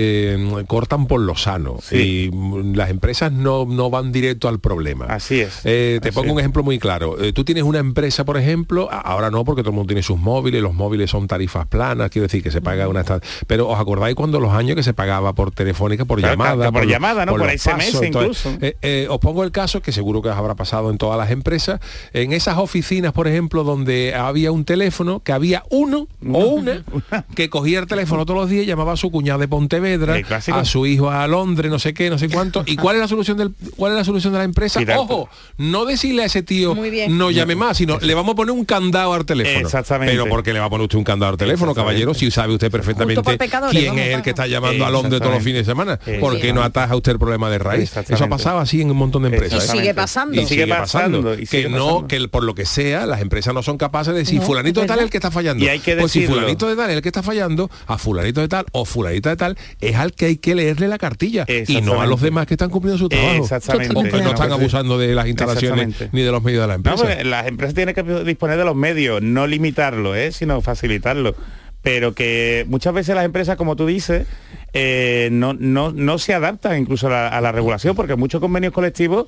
Speaker 5: eh, cortan por lo sano y mm, las empresas no, no van directo al problema.
Speaker 9: Así es.
Speaker 5: Eh, te
Speaker 9: Así
Speaker 5: pongo un
Speaker 9: es.
Speaker 5: ejemplo muy claro. Eh, tú tienes una empresa, por ejemplo, a- ahora no porque todo el mundo tiene sus móviles, los móviles son tarifas planas, quiero decir que se paga una... esta- Pero ¿os acordáis cuando los años que se pagaba por telefónica, por
Speaker 9: Claro,
Speaker 5: llamada?
Speaker 9: hasta por
Speaker 5: los-
Speaker 9: llamada, ¿no? Por
Speaker 5: los
Speaker 9: SMS
Speaker 5: Entonces,
Speaker 9: incluso.
Speaker 5: eh, eh, os pongo el caso que seguro que os habrá pasado en todas las empresas. En esas oficinas, por ejemplo, donde había un teléfono, que había uno o una que cogía el teléfono todos los días y llamaba a su cuñada de Pontevedra,
Speaker 9: El clásico.
Speaker 5: a su hijo a Londres, no sé qué, no sé cuánto. ¿Y cuál es la solución del cuál es la solución de la empresa?
Speaker 9: Quitar-
Speaker 5: Ojo, no decirle a ese tío
Speaker 9: Muy bien.
Speaker 5: no llame más, sino le vamos a poner un candado al teléfono.
Speaker 9: Exactamente.
Speaker 5: Pero porque le va a poner usted un candado al teléfono, caballero, si sabe usted perfectamente
Speaker 9: por pecadores,
Speaker 5: quién
Speaker 9: vamos,
Speaker 5: es el que está llamando a Londres todos los
Speaker 9: Exactamente.
Speaker 5: fines de semana. ¿Por qué no
Speaker 9: Exactamente.
Speaker 5: ataja usted el problema de raíz? Eso ha
Speaker 9: Exactamente.
Speaker 5: pasado así en un montón de empresas.
Speaker 9: Y sigue
Speaker 5: ¿eh?
Speaker 9: pasando.
Speaker 5: Y sigue pasando.
Speaker 9: y sigue
Speaker 5: Que no,
Speaker 9: pasando.
Speaker 5: que el- por lo que sea, las empresas no son capaces de decir
Speaker 9: No,
Speaker 5: fulanito de
Speaker 9: es
Speaker 5: tal es
Speaker 9: verdad.
Speaker 5: el que está fallando.
Speaker 9: Y hay que
Speaker 5: pues si
Speaker 9: decirlo.
Speaker 5: fulanito de tal es el que está fallando, ah, a fulanito de tal o fulanita de tal es al que hay que leerle la cartilla y no a los
Speaker 9: Exactamente.
Speaker 5: demás que están cumpliendo su trabajo.
Speaker 9: Exactamente.
Speaker 5: O que no están
Speaker 9: Claro.
Speaker 5: abusando de las instalaciones
Speaker 9: Exactamente.
Speaker 5: ni de los medios de la
Speaker 9: No, pues,
Speaker 5: empresa.
Speaker 9: porque las empresas tienen que disponer de los medios, no limitarlo, ¿eh? sino facilitarlo. Pero que muchas veces las empresas, como tú dices, eh, no, no, no se adaptan incluso a la, a la regulación, porque muchos convenios colectivos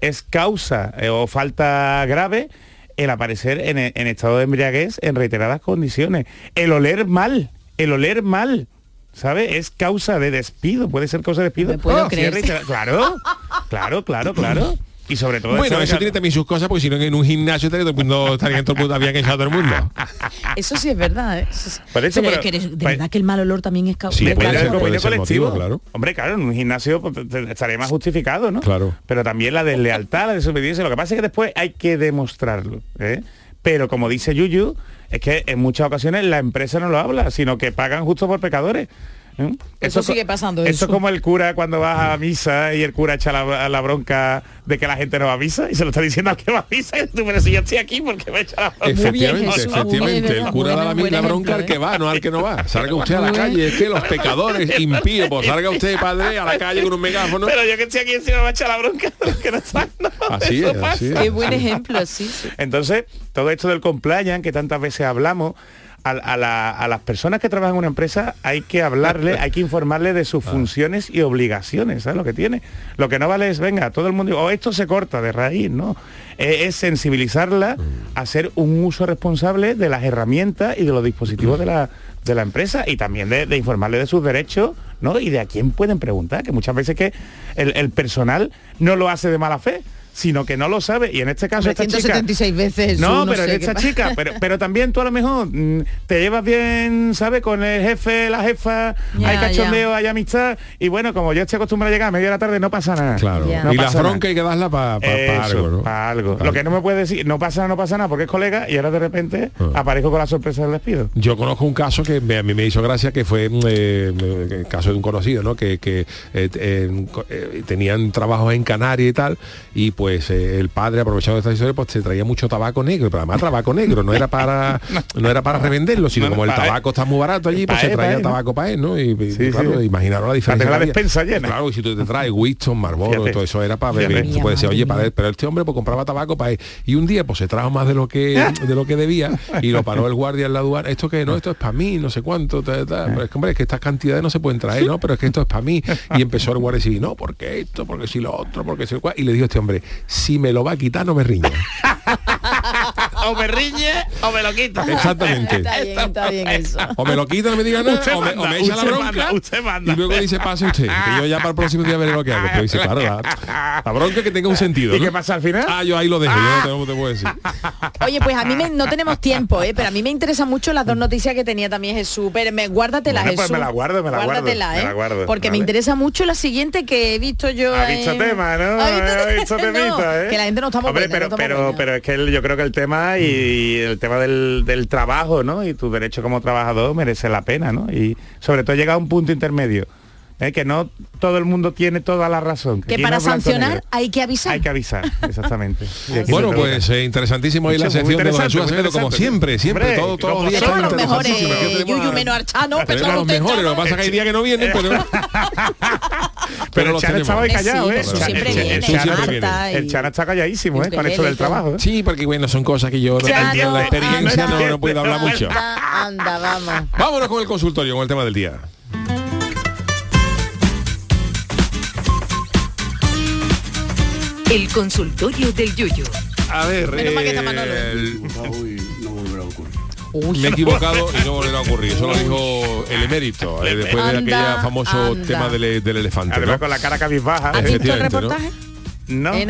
Speaker 9: es causa eh, o falta grave el aparecer en, e, en estado de embriaguez en reiteradas condiciones. El oler mal, el oler mal. ¿Sabe? Es causa de despido, puede ser causa de despido.
Speaker 5: puedo
Speaker 9: Ah, sí,
Speaker 5: creer.
Speaker 9: reitera- Claro, claro, claro, claro. Y sobre todo
Speaker 5: Bueno,
Speaker 9: esto de
Speaker 5: eso
Speaker 9: que-
Speaker 5: tiene también sus cosas, porque si no en un gimnasio estaría todo el mundo, estarían todo el mundo, habían echado a todo el mundo.
Speaker 8: Eso sí es verdad, ¿eh? Eso sí.
Speaker 9: Por eso,
Speaker 8: pero, es
Speaker 9: pero-
Speaker 8: que eres- de
Speaker 9: pa-
Speaker 8: verdad que el mal olor también es causa.
Speaker 9: Sí, puede ser
Speaker 5: puede
Speaker 9: convenio
Speaker 5: ser el
Speaker 9: colectivo.
Speaker 5: motivo, claro.
Speaker 9: Hombre, claro, en un gimnasio pues, te- te- estaría más justificado, ¿no?
Speaker 5: Claro.
Speaker 9: Pero también la deslealtad, la desobediencia. Lo que pasa es que después hay que demostrarlo. ¿eh? Pero como dice Yuyu, es que en muchas ocasiones la empresa no lo habla, sino que pagan justo por pecadores. ¿eh?
Speaker 8: Eso
Speaker 9: es co-
Speaker 8: sigue pasando,
Speaker 9: Eso
Speaker 8: eso.
Speaker 9: es como el cura cuando vas a misa y el cura echa la, la bronca de que la gente no va a misa y se lo está diciendo al que va a misa. Y tú, pero si yo estoy aquí, porque me echa la bronca?
Speaker 5: Efectivamente, efectivamente. El cura da la,
Speaker 9: misma
Speaker 5: la bronca
Speaker 8: ¿eh?
Speaker 5: al que va, no al que no va. Salga usted a la calle, es que los pecadores impíos, pues salga usted, padre, a la calle con un megáfono.
Speaker 9: Pero yo que estoy aquí encima me echa la bronca. Que no está, no,
Speaker 5: Así
Speaker 9: eso
Speaker 5: es, así
Speaker 9: pasa.
Speaker 5: es. Qué
Speaker 8: buen ejemplo, sí.
Speaker 9: Entonces, todo esto del compliance que tantas veces hablamos, a, a la- a las personas que trabajan en una empresa hay que hablarle, hay que informarle de sus funciones y obligaciones, ¿sabes lo que tiene? Lo que no vale es, venga, todo el mundo, o esto se corta de raíz, ¿no? Eh, es sensibilizarla a hacer un uso responsable de las herramientas y de los dispositivos de la, de la empresa y también de, de informarle de sus derechos, ¿no? Y de a quién pueden preguntar, que muchas veces que el, el personal no lo hace de mala fe, sino que no lo sabe. Y en este caso esta chica...
Speaker 21: 176 veces.
Speaker 9: No,
Speaker 21: un
Speaker 9: pero
Speaker 21: sé
Speaker 9: eres
Speaker 21: qué
Speaker 9: esta
Speaker 21: pasa.
Speaker 9: chica, pero, pero también tú a lo mejor mm, te llevas bien, ¿sabes? Con el jefe, la jefa,
Speaker 21: Ya,
Speaker 9: hay cachondeo, hay amistad. Y bueno, como yo estoy acostumbrado a llegar a media de la tarde, no pasa nada.
Speaker 5: Claro.
Speaker 9: No
Speaker 5: y la
Speaker 9: pasa nada.
Speaker 5: bronca hay que darla para
Speaker 9: Eso,
Speaker 5: algo, ¿no?
Speaker 9: pa' algo.
Speaker 5: Pa'
Speaker 9: Lo que no me puede decir, no pasa nada, no pasa nada, porque es colega y ahora de repente aparezco con la sorpresa del despido.
Speaker 5: Ah. Yo conozco un caso que me- a mí me hizo gracia, que fue eh, el caso de un conocido, ¿no? Que, que, eh, t- en- co- eh, tenían trabajos en Canarias y tal, y pues eh, el padre, aprovechando esta historia, pues se traía mucho tabaco negro, pero además tabaco negro, no era
Speaker 9: Ah.
Speaker 5: para no era para revenderlo, sino
Speaker 9: No, no,
Speaker 5: como el
Speaker 9: pa' él.
Speaker 5: tabaco está muy barato allí, pues
Speaker 9: Pa'
Speaker 5: se
Speaker 9: él, pa'
Speaker 5: traía
Speaker 9: él, ¿no?
Speaker 5: tabaco para él, ¿no? Y, y,
Speaker 9: Sí,
Speaker 5: claro,
Speaker 9: sí.
Speaker 5: imaginaron la diferencia.
Speaker 9: Para tener la
Speaker 5: que había.
Speaker 9: despensa llena.
Speaker 5: Claro, y si tú te traes Winston, Marlboro,
Speaker 9: Fíjate.
Speaker 5: todo eso era para
Speaker 9: Fíjate.
Speaker 5: beber. Tú
Speaker 9: Mía,
Speaker 5: puedes decir,
Speaker 9: madre
Speaker 5: oye,
Speaker 9: mía.
Speaker 5: para él, pero este hombre pues compraba tabaco para él. Y un día pues se trajo más de lo que de lo que debía y lo paró el guardia en la aduana. Esto que no, esto es para mí, no sé cuánto, tal, tal. Pero es que hombre, es que estas cantidades no se pueden traer, ¿no? Pero es que esto es para mí. Y empezó el guardia civil, no, porque esto, porque si lo otro, porque si lo cual. Y le dijo este hombre, si me lo va a quitar, no me riño.
Speaker 9: o me riñe o me lo quita.
Speaker 5: Exactamente.
Speaker 21: Está bien, está bien eso.
Speaker 5: O me lo quita, no me diga nada,
Speaker 9: Usted
Speaker 5: o me, o
Speaker 9: manda,
Speaker 5: me echa la
Speaker 9: usted
Speaker 5: bronca.
Speaker 9: manda, usted manda.
Speaker 5: Y luego dice, pase usted, que yo ya para el próximo día veré lo que hago. Pero dice, claro, la, la bronca que tenga un sentido.
Speaker 9: ¿Y
Speaker 5: ¿no?
Speaker 9: qué pasa al final?
Speaker 5: Ah, yo ahí lo dejo, yo no te, no te puedo decir.
Speaker 8: Oye, pues a mí me- no tenemos tiempo, ¿eh? pero a mí me interesan mucho las dos noticias que tenía también Jesús. Pero me, guárdatelas,
Speaker 9: Mm. Bueno, pues
Speaker 8: Jesús.
Speaker 9: me la guardo, me la guardo,
Speaker 8: Guárdatela,
Speaker 9: me
Speaker 8: ¿eh?
Speaker 9: la guardo,
Speaker 8: Porque me
Speaker 9: ¿vale?
Speaker 8: interesa mucho la siguiente que he visto yo.
Speaker 9: Ha
Speaker 8: en-
Speaker 9: visto tema, ¿no?
Speaker 8: Ha visto-
Speaker 9: Ha visto
Speaker 8: no,
Speaker 9: temita, ¿eh?
Speaker 8: Que la gente no estamos
Speaker 9: Hombre,
Speaker 8: buena,
Speaker 9: pero,
Speaker 8: no Mm. estamos
Speaker 9: pero,
Speaker 8: buena.
Speaker 9: pero es que el- yo creo que el tema y, y el tema del, del trabajo, ¿no? Y tu derecho como trabajador merece la pena, ¿no? Y sobre todo llega a un punto intermedio, ¿eh? que no todo el mundo tiene toda la razón.
Speaker 8: Que
Speaker 9: aquí
Speaker 8: para
Speaker 9: no es blanco o
Speaker 8: sancionar
Speaker 9: negro.
Speaker 8: hay que avisar.
Speaker 9: hay que avisar, exactamente. Y aquí
Speaker 5: Bueno,
Speaker 9: se trata.
Speaker 5: pues eh, interesantísimo ahí la
Speaker 9: Mucho, muy
Speaker 5: sección de Don
Speaker 9: interesante,
Speaker 5: Jesús
Speaker 9: muy
Speaker 5: Acevedo, como siempre,
Speaker 9: interesante.
Speaker 5: siempre,
Speaker 9: Hombre,
Speaker 5: todo- todos
Speaker 9: como
Speaker 5: los días
Speaker 9: siempre.
Speaker 5: están
Speaker 8: Los mejores,
Speaker 5: interesantísimos. Aquí
Speaker 8: eh,
Speaker 5: tenemos
Speaker 8: Yuyu
Speaker 5: a-
Speaker 8: menos Archano, pues
Speaker 5: tenemos
Speaker 8: pero
Speaker 5: a los mejores, lo que pasa es que hay días que no vienen, pero, pero
Speaker 9: Pero
Speaker 5: los
Speaker 9: el Chano
Speaker 5: tenemos.
Speaker 9: estaba ahí callado,
Speaker 8: Sí,
Speaker 9: ¿eh?
Speaker 8: Jesús
Speaker 9: El-
Speaker 8: siempre
Speaker 9: el-
Speaker 8: viene,
Speaker 9: el Chano-
Speaker 8: Marta y-
Speaker 9: El Chano está calladísimo, ¿eh? Con esto del trabajo. ¿eh?
Speaker 5: Sí, porque bueno, son cosas que yo no-
Speaker 9: Claro,
Speaker 5: en la experiencia no, no puedo hablar mucho.
Speaker 21: Anda, anda, vamos.
Speaker 5: Vámonos con el consultorio, con el tema del día.
Speaker 13: El consultorio del Yuyu.
Speaker 5: A ver,
Speaker 13: Menos mal que está
Speaker 5: eh,
Speaker 13: Manolo.
Speaker 5: el-
Speaker 22: No volverá a ocurrir.
Speaker 5: me he equivocado y no volverá a ocurrir. Eso lo dijo el emérito, eh, después de
Speaker 9: Anda,
Speaker 5: aquel famoso
Speaker 9: anda.
Speaker 5: tema del, del elefante.
Speaker 9: Además,
Speaker 5: ¿no?
Speaker 9: con la cara cabizbaja. ¿eh?
Speaker 8: ¿Has visto el
Speaker 5: Efectivamente, ¿no?
Speaker 8: reportaje?
Speaker 9: No. Este
Speaker 8: ¿En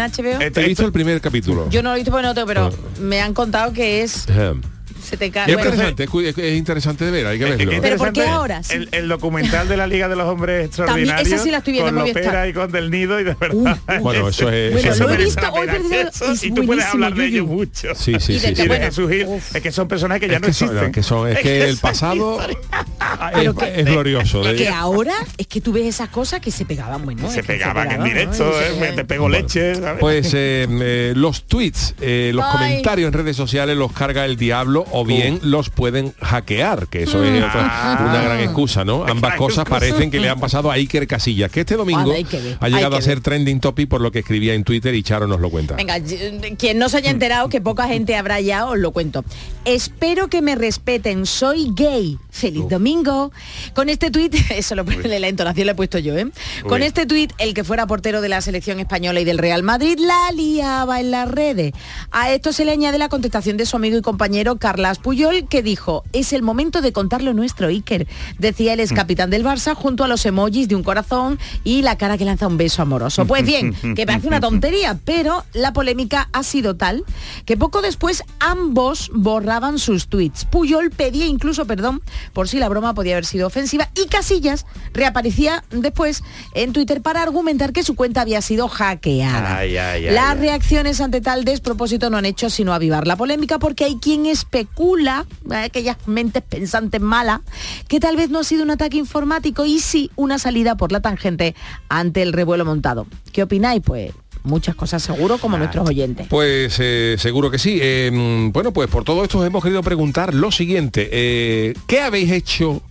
Speaker 8: HBO?
Speaker 5: He visto el primer capítulo.
Speaker 8: Yo no lo he visto porque no tengo, pero me han contado que es...
Speaker 5: Ejem.
Speaker 8: Se te cae...
Speaker 5: Ah. Es
Speaker 8: bueno.
Speaker 5: interesante, es cu- es, es interesante de ver, hay que verlo.
Speaker 8: ¿Pero por qué ahora? Sí.
Speaker 9: El, el documental de la Liga de los Hombres
Speaker 8: También,
Speaker 9: Extraordinarios.
Speaker 8: esa sí la estoy viendo,
Speaker 9: Con
Speaker 8: muy bien,
Speaker 9: Lopera
Speaker 8: está.
Speaker 9: y con Del Nido y de verdad.
Speaker 5: Bueno, eso es- Bueno,
Speaker 9: eso
Speaker 5: lo he
Speaker 9: merece
Speaker 5: visto
Speaker 9: la
Speaker 5: hoy,
Speaker 9: pena.
Speaker 5: pero
Speaker 9: Eso,
Speaker 5: es
Speaker 9: y tú puedes
Speaker 5: buenísimo,
Speaker 9: hablar de
Speaker 5: Yuyu.
Speaker 9: ellos mucho.
Speaker 5: Sí, sí,
Speaker 9: Y
Speaker 5: sí,
Speaker 9: de
Speaker 5: sí.
Speaker 9: Jesús Gil. Es que son personajes que ya
Speaker 5: Es
Speaker 9: no
Speaker 5: que son-
Speaker 9: existen.
Speaker 5: que son- es que el pasado
Speaker 9: Ah,
Speaker 5: es-
Speaker 8: Pero que-
Speaker 5: es glorioso, de-
Speaker 8: Es que ahora es que tú ves esas cosas que se pegaban, bueno. es
Speaker 9: Se
Speaker 8: que
Speaker 9: pegaban en
Speaker 8: pegaban,
Speaker 9: directo,
Speaker 8: ¿no? Y
Speaker 9: eh, me- te pego leche. ¿sabes?
Speaker 5: Pues eh, eh, los tweets, eh, los
Speaker 9: Ay.
Speaker 5: comentarios en redes sociales los carga el diablo o bien los pueden hackear, que eso es otra-
Speaker 9: Ah.
Speaker 5: una gran excusa, ¿no? Ambas
Speaker 9: gran
Speaker 5: cosas
Speaker 9: excusa.
Speaker 5: parecen que le han pasado a Iker Casillas, que este domingo
Speaker 8: Vale, hay que ver,
Speaker 5: ha
Speaker 8: hay
Speaker 5: llegado
Speaker 8: que
Speaker 5: a ser trending topic por lo que escribía en Twitter y Charo nos lo cuenta.
Speaker 8: Venga, y- quien no se haya enterado, que poca gente habrá ya, os lo cuento. Espero que me respeten, soy gay. Feliz domingo. Con este tuit, eso lo, la entonación la he puesto yo, ¿eh? Con
Speaker 23: Uy.
Speaker 8: este tuit, el que fuera portero de la selección española y del Real Madrid la liaba en las redes. A esto se le añade la contestación de su amigo y compañero Carlas Puyol, que dijo, es el momento de contar lo nuestro, Iker. Decía el ex capitán del Barça junto a los emojis de un corazón y la cara que lanza un beso amoroso. Pues bien, que parece una tontería, pero la polémica ha sido tal que poco después ambos borraban sus tweets. Puyol pedía incluso perdón por si la broma podía haber sido ofensiva y Casillas reaparecía después en Twitter para argumentar que su cuenta había sido hackeada.
Speaker 23: Ay, ay, ay,
Speaker 8: Las
Speaker 23: ay.
Speaker 8: reacciones ante tal despropósito no han hecho sino avivar la polémica porque hay quien especula, eh, aquellas mentes pensantes malas, que tal vez no ha sido un ataque informático y sí una salida por la tangente ante el revuelo montado. ¿Qué opináis? Pues muchas cosas seguro como nuestros oyentes.
Speaker 5: Pues eh, seguro que sí. Eh, mm, bueno, pues por todo esto os hemos querido preguntar lo siguiente. eh, ¿Qué habéis hecho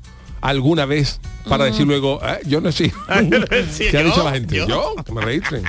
Speaker 5: alguna vez
Speaker 3: Mm.
Speaker 5: para decir luego, "Ah, yo no sé? ¿Qué ha
Speaker 8: yo,
Speaker 5: dicho la gente?
Speaker 8: yo.
Speaker 5: Yo, que me registren.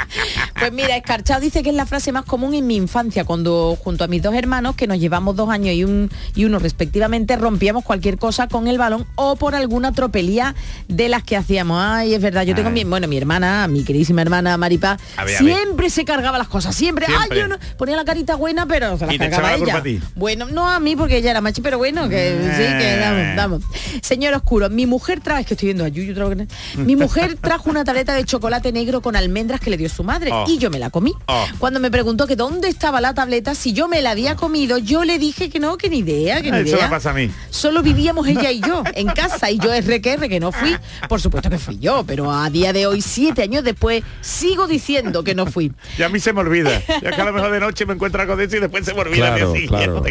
Speaker 8: Pues mira, Escarchado dice que es la frase más común en mi infancia, cuando junto a mis dos hermanos, que nos llevamos dos años y, un, y uno respectivamente, rompíamos cualquier cosa con el balón o por alguna tropelía de las que hacíamos. Ay, es verdad, yo tengo mi, bueno, mi hermana, mi queridísima hermana Maripá,
Speaker 23: A ver, a ver.
Speaker 8: siempre se cargaba las cosas, siempre.
Speaker 23: Siempre.
Speaker 8: Ay, yo no, ponía la carita buena, pero se las
Speaker 23: Y te echaba
Speaker 8: cargaba
Speaker 23: la
Speaker 8: ella.
Speaker 23: culpa a ti. Eh.
Speaker 8: Bueno, no a mí porque ella era machi, pero bueno, que sí, que damos, damos. Señor Oscuro, mi mujer trae, es que estoy viendo a Yuyu otra vez. mi mujer trajo una tableta de chocolate negro con almendras que le dio su madre
Speaker 9: Ah.
Speaker 23: Oh.
Speaker 8: y yo me la comí.
Speaker 23: Oh.
Speaker 8: Cuando me preguntó que dónde estaba la tableta, si yo me la había comido, yo le dije que no, que ni idea, que ni
Speaker 9: Ah. Eso me
Speaker 8: idea.
Speaker 9: pasa a mí.
Speaker 8: Solo vivíamos ella y yo en casa y yo es requerre que no fui. Por supuesto que fui yo, pero a día de hoy, siete años después, sigo diciendo que no fui.
Speaker 9: Ya a mí se me olvida. Ya que a lo mejor de noche me encuentro algo de eso y después se me olvida.
Speaker 5: Claro,
Speaker 9: que sí.
Speaker 5: claro.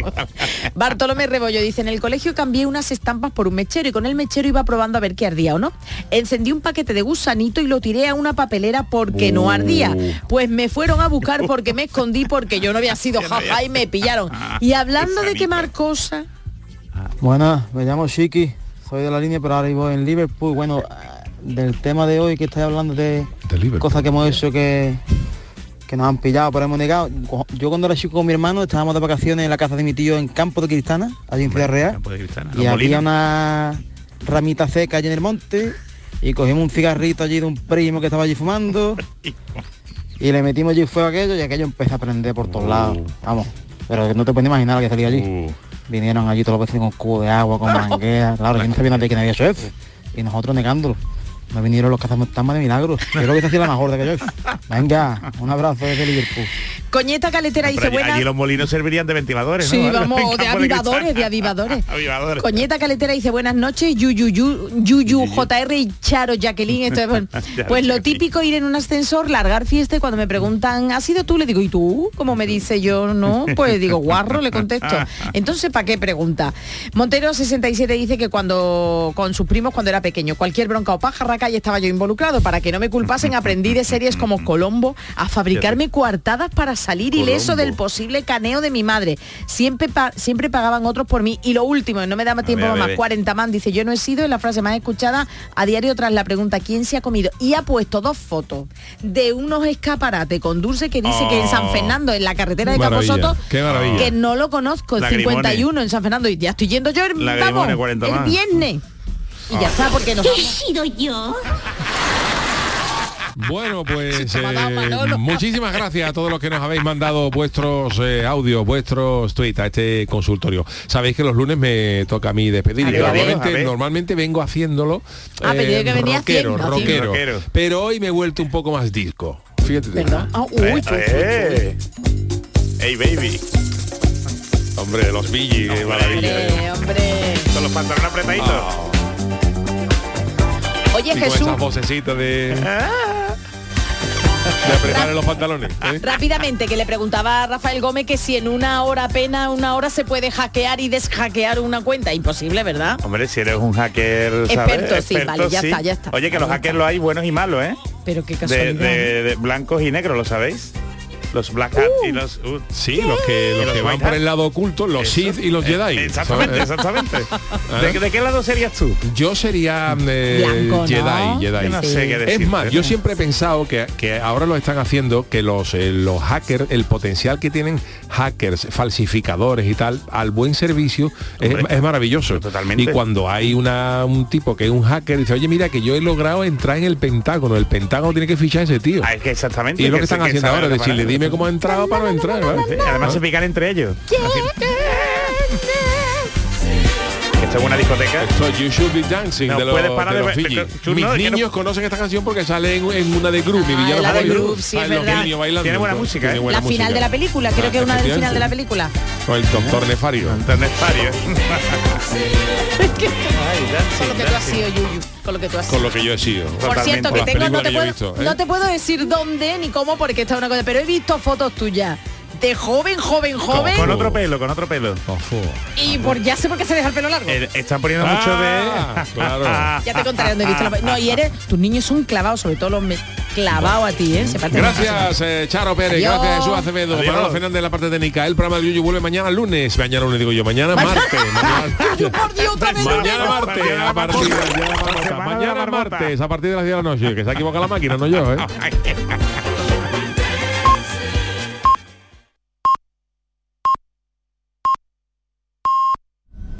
Speaker 8: Bartolomé Rebollo dice, en el colegio cambié unas estampas por un mechero y con el mechero iba probando a ver qué ardía o no. Encendí un paquete de gusanito y lo tiré a una papelera porque no ardía. Pues me fueron a buscar porque me escondí porque yo no había sido jaja y me pillaron. Y hablando de quemar cosas,
Speaker 24: Buenas, me llamo Chiqui, soy de la línea, pero ahora vivo en Liverpool. Bueno, ah, del tema de hoy que estáis hablando de, cosas que hemos hecho que, que nos han pillado, pero hemos negado. Cu- Yo cuando era chico con mi hermano estábamos de vacaciones en la casa de mi tío en Campo de Cristana, allí en Ciudad Real. Y había una ramita seca allí en el monte y cogimos un cigarrito allí de un primo que estaba allí fumando y le metimos allí fuego a aquello y aquello empezó a prender por todos lados.
Speaker 9: Uh.
Speaker 24: Vamos, pero que no te puedes imaginar lo que salía allí. Vinieron allí todos los vecinos con cubo de agua, con manguera, claro, yo no sabía nadie que había hecho eso. Y nosotros negándolo. No vinieron los cazamontamas de milagros. Yo creo que se hacía la mejor de que yo. Venga, un abrazo desde Liverpool.
Speaker 8: Coñeta Caletera
Speaker 9: Pero
Speaker 8: dice,
Speaker 9: allí,
Speaker 8: buena...
Speaker 9: allí los molinos servirían de ventiladores,
Speaker 8: Sí,
Speaker 9: ¿no?
Speaker 8: vamos,
Speaker 9: En
Speaker 8: de
Speaker 9: campo
Speaker 8: avivadores, de avivadores.
Speaker 9: Cristana. Avivadores.
Speaker 8: Coñeta Caletera dice buenas noches, Yuyu, Yuyu, Yuyu, JR y Charo, Jacqueline. Esto es bueno.
Speaker 23: Ya
Speaker 8: Pues
Speaker 23: lo
Speaker 8: lo típico ir en un ascensor, largar fiesta y cuando me preguntan, ¿has sido tú? Le digo, ¿y tú? Como me dice yo, no, pues digo, guarro, le contesto. Entonces, ¿para qué pregunta? Montero 67 dice que cuando con sus primos cuando era pequeño, cualquier bronca o pajarraca ya estaba yo involucrado. Para que no me culpasen, aprendí de series como Colombo a fabricarme coartadas para salir ileso
Speaker 23: Colombo.
Speaker 8: del posible caneo de mi madre. Siempre, pa- siempre pagaban otros por mí. Y lo último, y no me daba tiempo
Speaker 23: ver, a
Speaker 8: más,
Speaker 23: ver.
Speaker 8: 40 man, dice, yo no he sido, es la frase más escuchada a diario tras la pregunta, ¿quién se ha comido? Y ha puesto dos fotos de unos escaparates con dulce que dice que en San
Speaker 23: Oh.
Speaker 8: Fernando, en la carretera de
Speaker 23: Maravilla,
Speaker 8: Camposoto,
Speaker 23: qué maravilla.
Speaker 8: que no lo conozco, el
Speaker 23: Lagrimones.
Speaker 8: 51 en San Fernando, y ya estoy yendo yo, el,
Speaker 23: Lagrimones,
Speaker 8: vamos,
Speaker 23: 40
Speaker 8: el
Speaker 23: más.
Speaker 8: viernes. Y ya está, porque nos
Speaker 23: ¿He
Speaker 8: sido yo?
Speaker 5: Bueno, pues
Speaker 3: ha dado
Speaker 5: eh,
Speaker 3: Manolo.
Speaker 5: muchísimas gracias a todos los que nos habéis mandado vuestros eh, audios, vuestros tweets a este consultorio. Sabéis que los lunes me toca a mí despedir.
Speaker 3: A
Speaker 5: y
Speaker 3: ver,
Speaker 5: normalmente,
Speaker 3: a ver.
Speaker 5: normalmente vengo haciéndolo eh,
Speaker 3: Ah, pero yo que venía
Speaker 5: rockero,
Speaker 3: haciendo, haciendo.
Speaker 5: rockero. Pero hoy me he vuelto un poco más disco. Fíjate. tú.
Speaker 3: ¿Verdad? Ah,
Speaker 23: Eh,
Speaker 3: uy, uy, uy, uy.
Speaker 5: Hey baby. Hombre, los Billy, qué maravilla. eh.
Speaker 8: hombre.
Speaker 9: Con los pantalones apretaditos.
Speaker 5: Ah.
Speaker 8: Oye,
Speaker 5: Y con
Speaker 8: Jesús,
Speaker 5: esas vocecitas de, de apretar en los pantalones. ¿eh?
Speaker 8: rápidamente, que le preguntaba a Rafael Gómez que si en una hora, apenas una hora, se puede hackear y deshackear una cuenta. Imposible, ¿verdad?
Speaker 9: Hombre, si eres un hacker, ¿sabes?
Speaker 8: Experto, sí, vale, ya está, ya está.
Speaker 9: Oye, que los hackers los hay buenos y malos, ¿eh?
Speaker 8: Pero qué
Speaker 9: De,
Speaker 8: casualidad.
Speaker 9: de- de blancos y negros, ¿lo sabéis? Los black hat y los... uh,
Speaker 5: Sí, los que, los
Speaker 9: los
Speaker 5: que van
Speaker 9: White
Speaker 5: por
Speaker 9: Hat. Eh,
Speaker 5: el lado oculto, los Sith y los Jedi.
Speaker 9: Exactamente,
Speaker 5: ¿sabes?
Speaker 9: exactamente.
Speaker 5: ¿Eh?
Speaker 9: ¿De, de qué lado serías tú?
Speaker 5: Yo sería eh,
Speaker 9: Blanco, ¿no?
Speaker 5: Jedi, Jedi.
Speaker 9: Yo no sé qué decirte.
Speaker 5: es más, yo siempre he pensado que, que ahora lo están haciendo, que los, eh, los hackers, el potencial que tienen hackers, falsificadores y tal, al buen servicio, es,
Speaker 9: Hombre,
Speaker 5: es maravilloso.
Speaker 9: totalmente.
Speaker 5: Y cuando hay una, un tipo que es un hacker, dice, oye, mira, que yo he logrado entrar en el Pentágono, el Pentágono tiene que fichar a ese tío.
Speaker 9: Ah, Es que exactamente.
Speaker 5: y es lo que,
Speaker 9: que sé
Speaker 5: están
Speaker 9: que
Speaker 5: haciendo
Speaker 9: sabe
Speaker 5: ahora,
Speaker 9: lo que
Speaker 5: decirle,
Speaker 9: parece.
Speaker 5: dime cómo ha entrado para no entrar. ¿no?
Speaker 9: Sí, Además se pican entre ellos. Esto es una discoteca.
Speaker 5: Esto You Should Be Dancing
Speaker 9: No
Speaker 5: de los,
Speaker 9: puedes parar
Speaker 5: de
Speaker 9: de
Speaker 5: los
Speaker 9: ver-
Speaker 5: Fiji.
Speaker 9: de- tú
Speaker 5: Mis
Speaker 9: no, que no-
Speaker 5: niños conocen esta canción porque sale en, en una de Groove, mi villano
Speaker 8: la de
Speaker 5: favorito.
Speaker 8: Groove, sí,
Speaker 5: Ah,
Speaker 8: es
Speaker 5: los
Speaker 8: verdad.
Speaker 5: niños bailando.
Speaker 9: Tiene buena música,
Speaker 5: Tiene
Speaker 9: ¿eh?
Speaker 5: buena
Speaker 8: la final
Speaker 5: música.
Speaker 8: de la película, creo
Speaker 5: Ah,
Speaker 8: que es una del final
Speaker 5: efectivamente.
Speaker 8: de la película.
Speaker 5: Con el doctor Nefario.
Speaker 9: Doctor Nefario.
Speaker 8: Con lo que tú has sido, Yuyu. Con lo que tú has sido.
Speaker 5: Con lo que yo he sido.
Speaker 8: Por cierto, que
Speaker 5: Con las
Speaker 8: tengo, no
Speaker 5: películas
Speaker 8: te,
Speaker 5: que yo he
Speaker 8: puedo,
Speaker 5: visto, ¿eh?
Speaker 8: no te puedo decir dónde ni cómo porque está una cosa, pero he visto fotos tuyas de joven, joven, joven
Speaker 9: Con otro pelo, con otro pelo.
Speaker 5: Oh.
Speaker 8: y por ya sé por qué se deja el pelo largo.
Speaker 9: Eh, Están poniendo mucho
Speaker 5: Ah,
Speaker 9: de...
Speaker 5: claro.
Speaker 8: Ya te contaré dónde he visto la No, y eres, tus niños son clavados, sobre todo los me- clavados a ti, ¿eh? Se parten muchísimo.
Speaker 5: Gracias, eh, Charo Pérez,
Speaker 8: Adiós.
Speaker 5: gracias Jesús Acevedo,
Speaker 9: Adiós.
Speaker 5: Manolo Fernández de la parte técnica. El programa de Yuyu vuelve mañana lunes. Mañana lunes digo yo, mañana martes. Mañana martes, a partir de mañana martes, a partir de las 10 de la noche, que se ha equivocado la máquina, no yo, ¿eh?